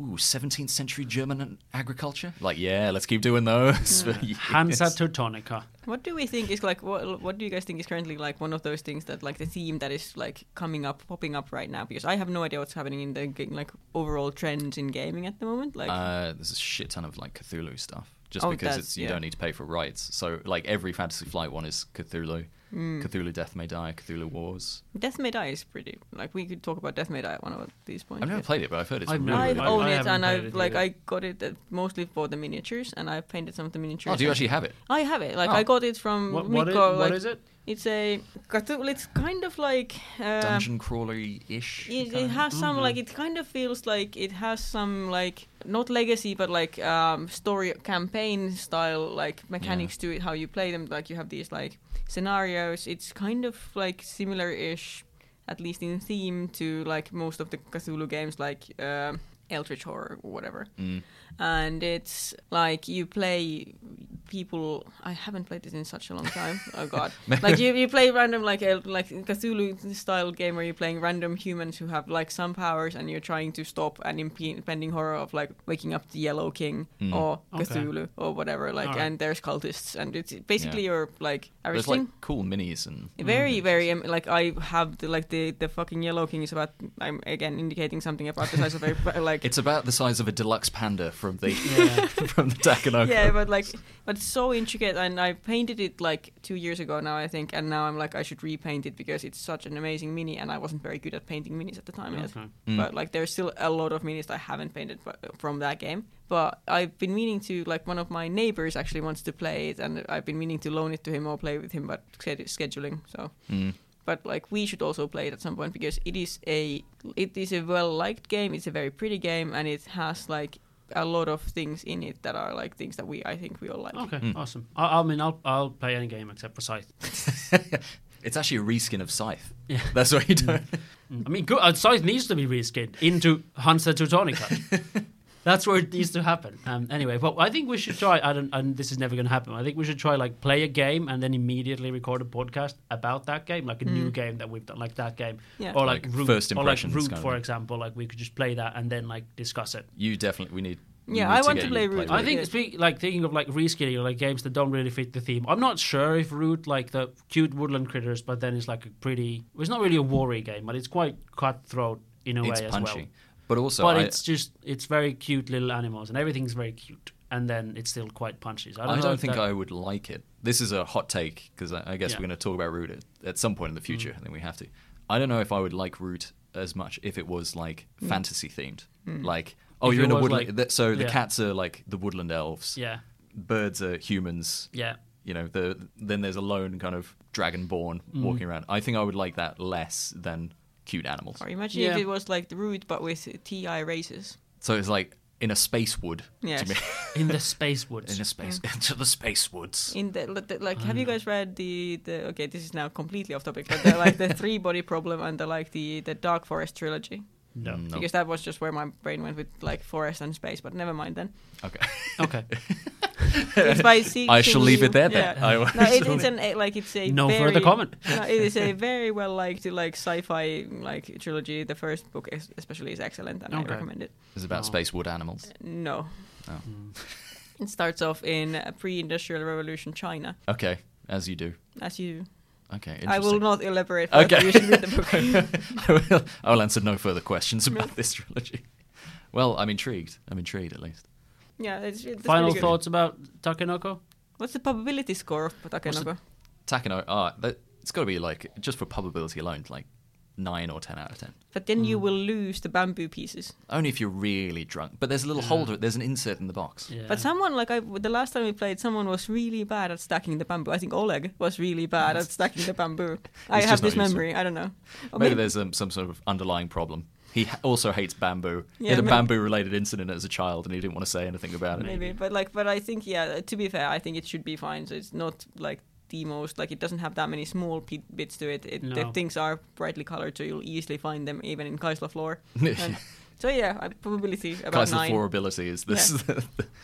Ooh, 17th century German agriculture. Like yeah, let's keep doing those. for years. Hansa Teutonica. What do we think is like? What What do you guys think is currently like one of those things that like the theme that is like coming up, popping up right now? Because I have no idea what's happening in the ga- like overall trends in gaming at the moment. Like, Uh, there's a shit ton of like Cthulhu stuff. Just Oh, because that's- it's you yeah. don't need to pay for rights. So like every Fantasy Flight one is Cthulhu. Mm. Cthulhu Death May Die, Cthulhu Wars. Death May Die is pretty. Like, we could talk about Death May Die at one of these points. I've never played it, but I've heard it's I've really, never really I've played good. it. owned I it, haven't and played I've it like either. I got it uh, mostly for the miniatures, and I've painted some of the miniatures. Oh, do you and- actually have it? I have it. Like Oh. I got it from What, what, Mikko. is, what like, is it? It's a Cthulhu. It's kind of like Um, uh, Dungeon crawlery ish. it, it has some like it kind of feels like it has some like not legacy but like um, story campaign style like mechanics to it how you play them like you have these like scenarios it's kind of like similar-ish at least in theme to like most of the cthulhu games like um eldritch horror or whatever Mm. and it's like you play people i haven't played this in such a long time oh god like you, you play random like a like cthulhu style game where you're playing random humans who have like some powers and you're trying to stop an impe- impending horror of like waking up the yellow king Hmm. or Okay. cthulhu or whatever like Alright. and there's cultists and it's basically Yeah. your like There's everything like Mm-hmm. cool minis and very, very um, like I have the, like the the fucking yellow king is about. I'm again indicating something about the size of a like It's about the size of a deluxe panda from the Yeah. from the Takanoko. yeah, but like, but it's so intricate, and I painted it like two years ago now, I think, and now I'm like I should repaint it because it's such an amazing mini, and I wasn't very good at painting minis at the time yet. Okay. Mm. But like, there's still a lot of minis that I haven't painted bu- from that game. But I've been meaning to like one of my neighbors actually wants to play it, and I've been meaning to loan it to him or play with him, but sched- scheduling. So, Mm. but like we should also play it at some point because it is a it is a well liked game. It's a very pretty game, and it has like a lot of things in it that are like things that we I think we all like. Okay, Mm. awesome. I, I mean, I'll I'll play any game except for Scythe. it's actually a reskin of Scythe. Yeah. That's what you do. Mm. I mean, good, uh, Scythe needs to be reskinned into Hansa Teutonica. That's where it needs to happen. Um, anyway, well, I think we should try. I don't. And this is never going to happen. I think we should try like play a game and then immediately record a podcast about that game, like a new game that we've done, like that game, Yeah. or like, Like root, first or like impressions root, kind of for thing. example. Like we could just play that and then like discuss it. You definitely, we need. we Yeah, need I want get to you play Root. with I Yeah. think speak, like thinking of like reskilling or like games that don't really fit the theme. I'm not sure if Root like the cute woodland critters, but then it's like a pretty. It's not really a worry game, but it's quite cutthroat in a It's way punchy, as well. but also, but I, it's just it's very cute little animals, and everything's very cute, and then it's still quite punchy. So I I don't, don't, know if think that- I would like it. This is a hot take because I, I guess Yeah. Mm. we're going to talk about Root at, at some point in the future. I think we have to. I don't know if I would like Root as much if it was like Mm. fantasy themed, like oh, If you're in it a was, woodland. like- th- so the yeah. cats are like the woodland elves. Yeah, Birds are humans. yeah. You know, the then there's a lone kind of dragonborn walking around. I think I would like that less than cute animals. Or imagine Yeah. if it was like the Root but with TI races. So it's like in a space wood. Yes. To me. In the space woods. in a space into the space woods. In the, li- the- like, have Ah. you guys read the, the? Okay, this is now completely off topic, but the, like the three body problem and the like the the Dark Forest trilogy, no. No. because that was just where my brain went with like forest and space. But never mind then. Okay. Okay. It's by C- I shall leave it there Yeah. then. I will- No, it, it's an eh, like it's a No very, further comment. No, it is a very well liked like sci-fi like trilogy. The first book es- especially is excellent, and Okay. I recommend it. It's about No. space wood animals. No, Oh. it starts off in uh, pre-industrial revolution China, Okay, as you do. as you. Okay, interesting. I will not elaborate. further, Okay. you should read the book. I will. I will answer no further questions about this trilogy. Well, I'm intrigued. I'm intrigued at least. yeah, it's, it's Final really good. thoughts about Takenoko? What's the probability score of What's the- Takenoko? Takano, ah, that, it's got to be like just for probability alone, like nine or ten out of ten. But then Hmm. you will lose the bamboo pieces. Only if you're really drunk. But there's a little holder. There's an insert in the box. Yeah. But someone like I, the last time we played, someone was really bad at stacking the bamboo. I think Oleg was really bad at stacking the bamboo. I He's have just not this used to it. memory. I don't know. Or Maybe there's um, some sort of underlying problem. He ha- also hates bamboo. he Yeah, had a maybe- bamboo-related incident as a child, and he didn't want to say anything about it. maybe. But like, but I think yeah. To be fair, I think it should be fine. So it's not like the most like it doesn't have that many small pe- bits to it. it The No. things are brightly colored, so you'll easily find them even in Kaisla floor. And- so yeah, I- probability about Class of nine. four ability is this.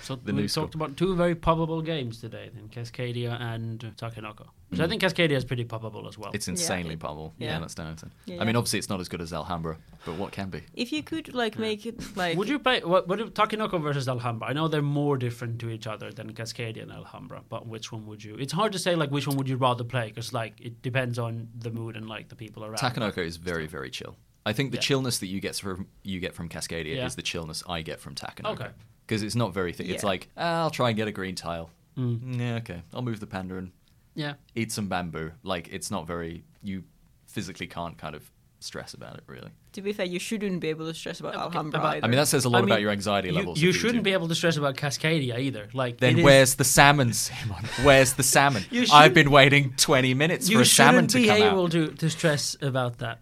So The we new score. talked about two very probable games today, then Cascadia and Takenoko. So Mm. I think Cascadia is pretty probable as well. It's insanely it- bubble. Yeah, yeah. that's Downton. Yeah, I mean, yeah. obviously, it's not as good as Alhambra, but what can be? If you could like make it like would you play what, what if Takenoko versus Alhambra? I know they're more different to each other than Cascadia and Alhambra, but which one would you? It's hard to say like which one would you rather play because like it depends on the mood and like the people around. Takanoko is very, very chill. I think the Yeah. chillness that you get from you get from Cascadia Yeah. is the chillness I get from Takanoko. Okay. Because it's not very thick. It's Yeah. like ah, I'll try and get a green tile. Mm. Mm, Yeah, okay. I'll move the panda and Yeah. eat some bamboo. Like it's not very. You physically can't kind of stress about it really. To be fair, you shouldn't be able to stress about Okay, Alhambra about- either. I mean, that says a lot I mean, about your anxiety You, levels. you if shouldn't do. be able to stress about Cascadia either. Like Then it is- where's the salmon, Simon? Where's the salmon? You I've shouldn't- been waiting 20 minutes you for a salmon shouldn't to be come able out. to to stress about that.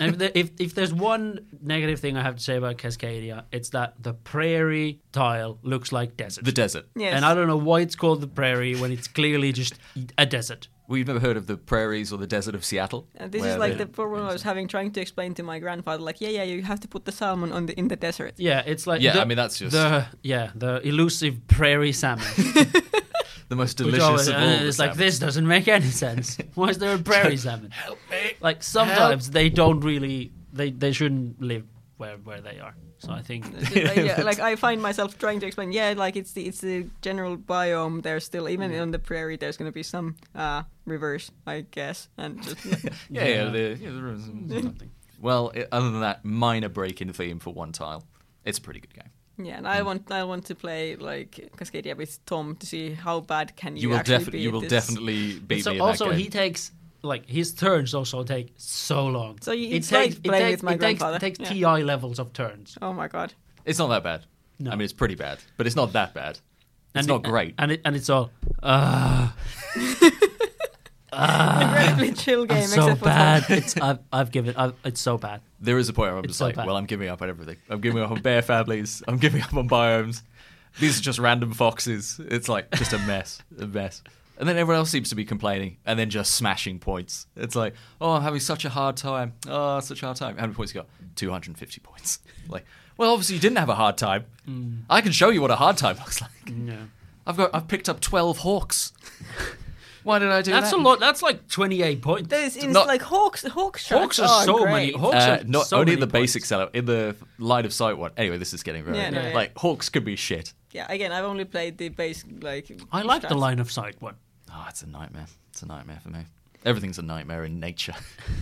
And if, there, if if there's one negative thing I have to say about Cascadia, it's that the prairie tile looks like desert. The desert. Yes. And I don't know why it's called the prairie when it's clearly just a desert. Well, you've never heard of the prairies or the desert of Seattle? Uh, And Uh, this Where is like they- the problem I was having trying to explain to my grandfather. Like, yeah, yeah, you have to put the salmon on the in the desert. Yeah, it's like Yeah, the- I mean, that's just- the yeah the elusive prairie salmon. the most which delicious always, of all. and the it's like salmon. this doesn't make any sense. Why is there a prairie salmon? Help me! Like sometimes they don't really they they shouldn't live where where they are. So I think Like, yeah, like I find myself trying to explain. Yeah, like it's the it's the general biome. There's still even on the prairie. There's going to be some uh, rivers, I guess. And just, Yeah, yeah. Yeah. the, yeah, the rooms and something. something. well, i other than that, minor break in theme for one tile. It's a pretty good game. Yeah, and I want I want to play like Cascadia with Tom to see how bad can you, You will actually definitely be. you will this. definitely beat so me. In also that game. he takes like his turns also take so long. So you- it it's takes like it playing takes, with my it takes, grandfather. it takes Yeah. TI levels of turns. Oh my god. It's not that bad. No. I mean, it's pretty bad, but it's not that bad. It's And not it- uh, great. And it and it's all uh, Incredibly chill game it's Ah, so except for bad. Tom. it's I've, I've given I've, it's so bad. there is a point where I'm It's just so like, bad. well, I'm giving up on everything. I'm giving up on bear families. I'm giving up on biomes. These are just random foxes. It's like just a mess, a mess. And then everyone else seems to be complaining and then just smashing points. It's like, oh, I'm having such a hard time. Oh, such a hard time. How many points you got? 250 points. Like, well, obviously you didn't have a hard time. Mm. I can show you what a hard time looks like. Yeah. I've got, I've picked up 12 hawks. Why did I do That's that? a lot. That's like 28 points. There's it's Not- like hawks hawk Hawks shots are so many. great. Hawks Uh, are not so only many the points. basic setup in the line of sight one. Anyway, this is getting very Yeah, no, yeah. like hawks could be shit. Yeah, again, I've only played the base like. I like the stats. line of sight one. Oh, it's a nightmare. It's a nightmare for me. Everything's a nightmare in nature.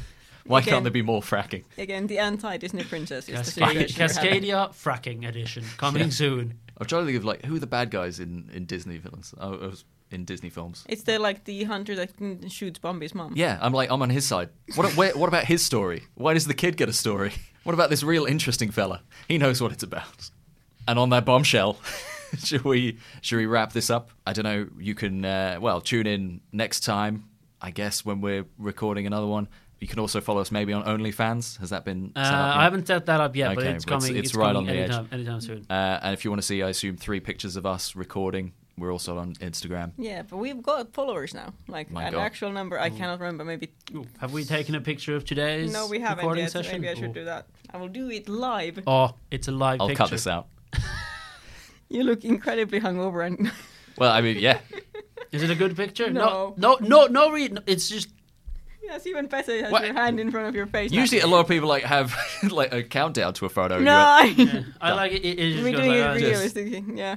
Why Okay. can't there be more fracking? Again, the anti Disney princess is the Cascadia, situation. we're having. Cascadia fracking edition coming soon. I'm trying to think of like who are the bad guys in in Disney villains. I I was in Disney films. It's the like the hunter that can shoot Bambi's mom. Yeah, I'm like I'm on his side. What where, what about his story? Why does the kid get a story? What about this real interesting fella? He knows what it's about. And on that bombshell, should we should we wrap this up? I don't know. You can uh, well tune in next time, I guess, when we're recording another one. You can also follow us maybe on OnlyFans. Has that been? Uh, set up yet? I haven't set that up yet, but Okay, it's but it's- coming. it's right coming on the edge. anytime, anytime soon. Uh, and if you want to see, I assume three pictures of us recording. We're also on Instagram. Yeah, but we've got followers now. Like My an God. actual number, I cannot remember. Maybe Have we taken a picture of today's no, we haven't recording yet. so session? Maybe I should Ooh. do that. I will do it live. Oh, it's a live I'll picture. cut this out. You look incredibly hungover, and Well, I mean, yeah, Is it a good picture? No. no, no, no. no re- no, it's just yes, even better. You have What? your hand in front of your face. now. usually a lot of people like have like a countdown to a photo. No, You're- I, I like it. it, it just we're goes doing like, it that. realistically. Yeah.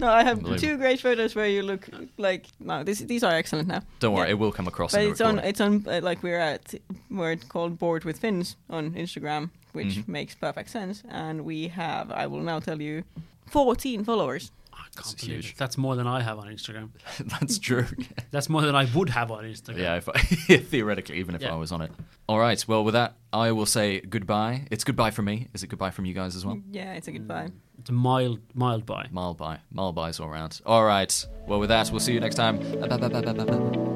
No, I have Unbelievable. two great photos where you look like no. This, these are excellent now. Don't worry, Yeah. it will come across. But in the it's on recording. it's on uh, like we're at where it's called Board with Fins on Instagram, which Mhm. makes perfect sense. And we have I will now tell you, fourteen followers. I can't It's believe huge. it. That's more than I have on Instagram. That's true. That's more than I would have on Instagram. yeah, if I, theoretically, even if Yeah. I was on it. All right. Well, with that, I will say goodbye. It's goodbye from me. Is it goodbye from you guys as well? Yeah, it's a goodbye. It's a mild, mild buy. Mile by, mile by's all round. All right. Well, with that, we'll see you next time. Bye, bye, bye, bye, bye, bye.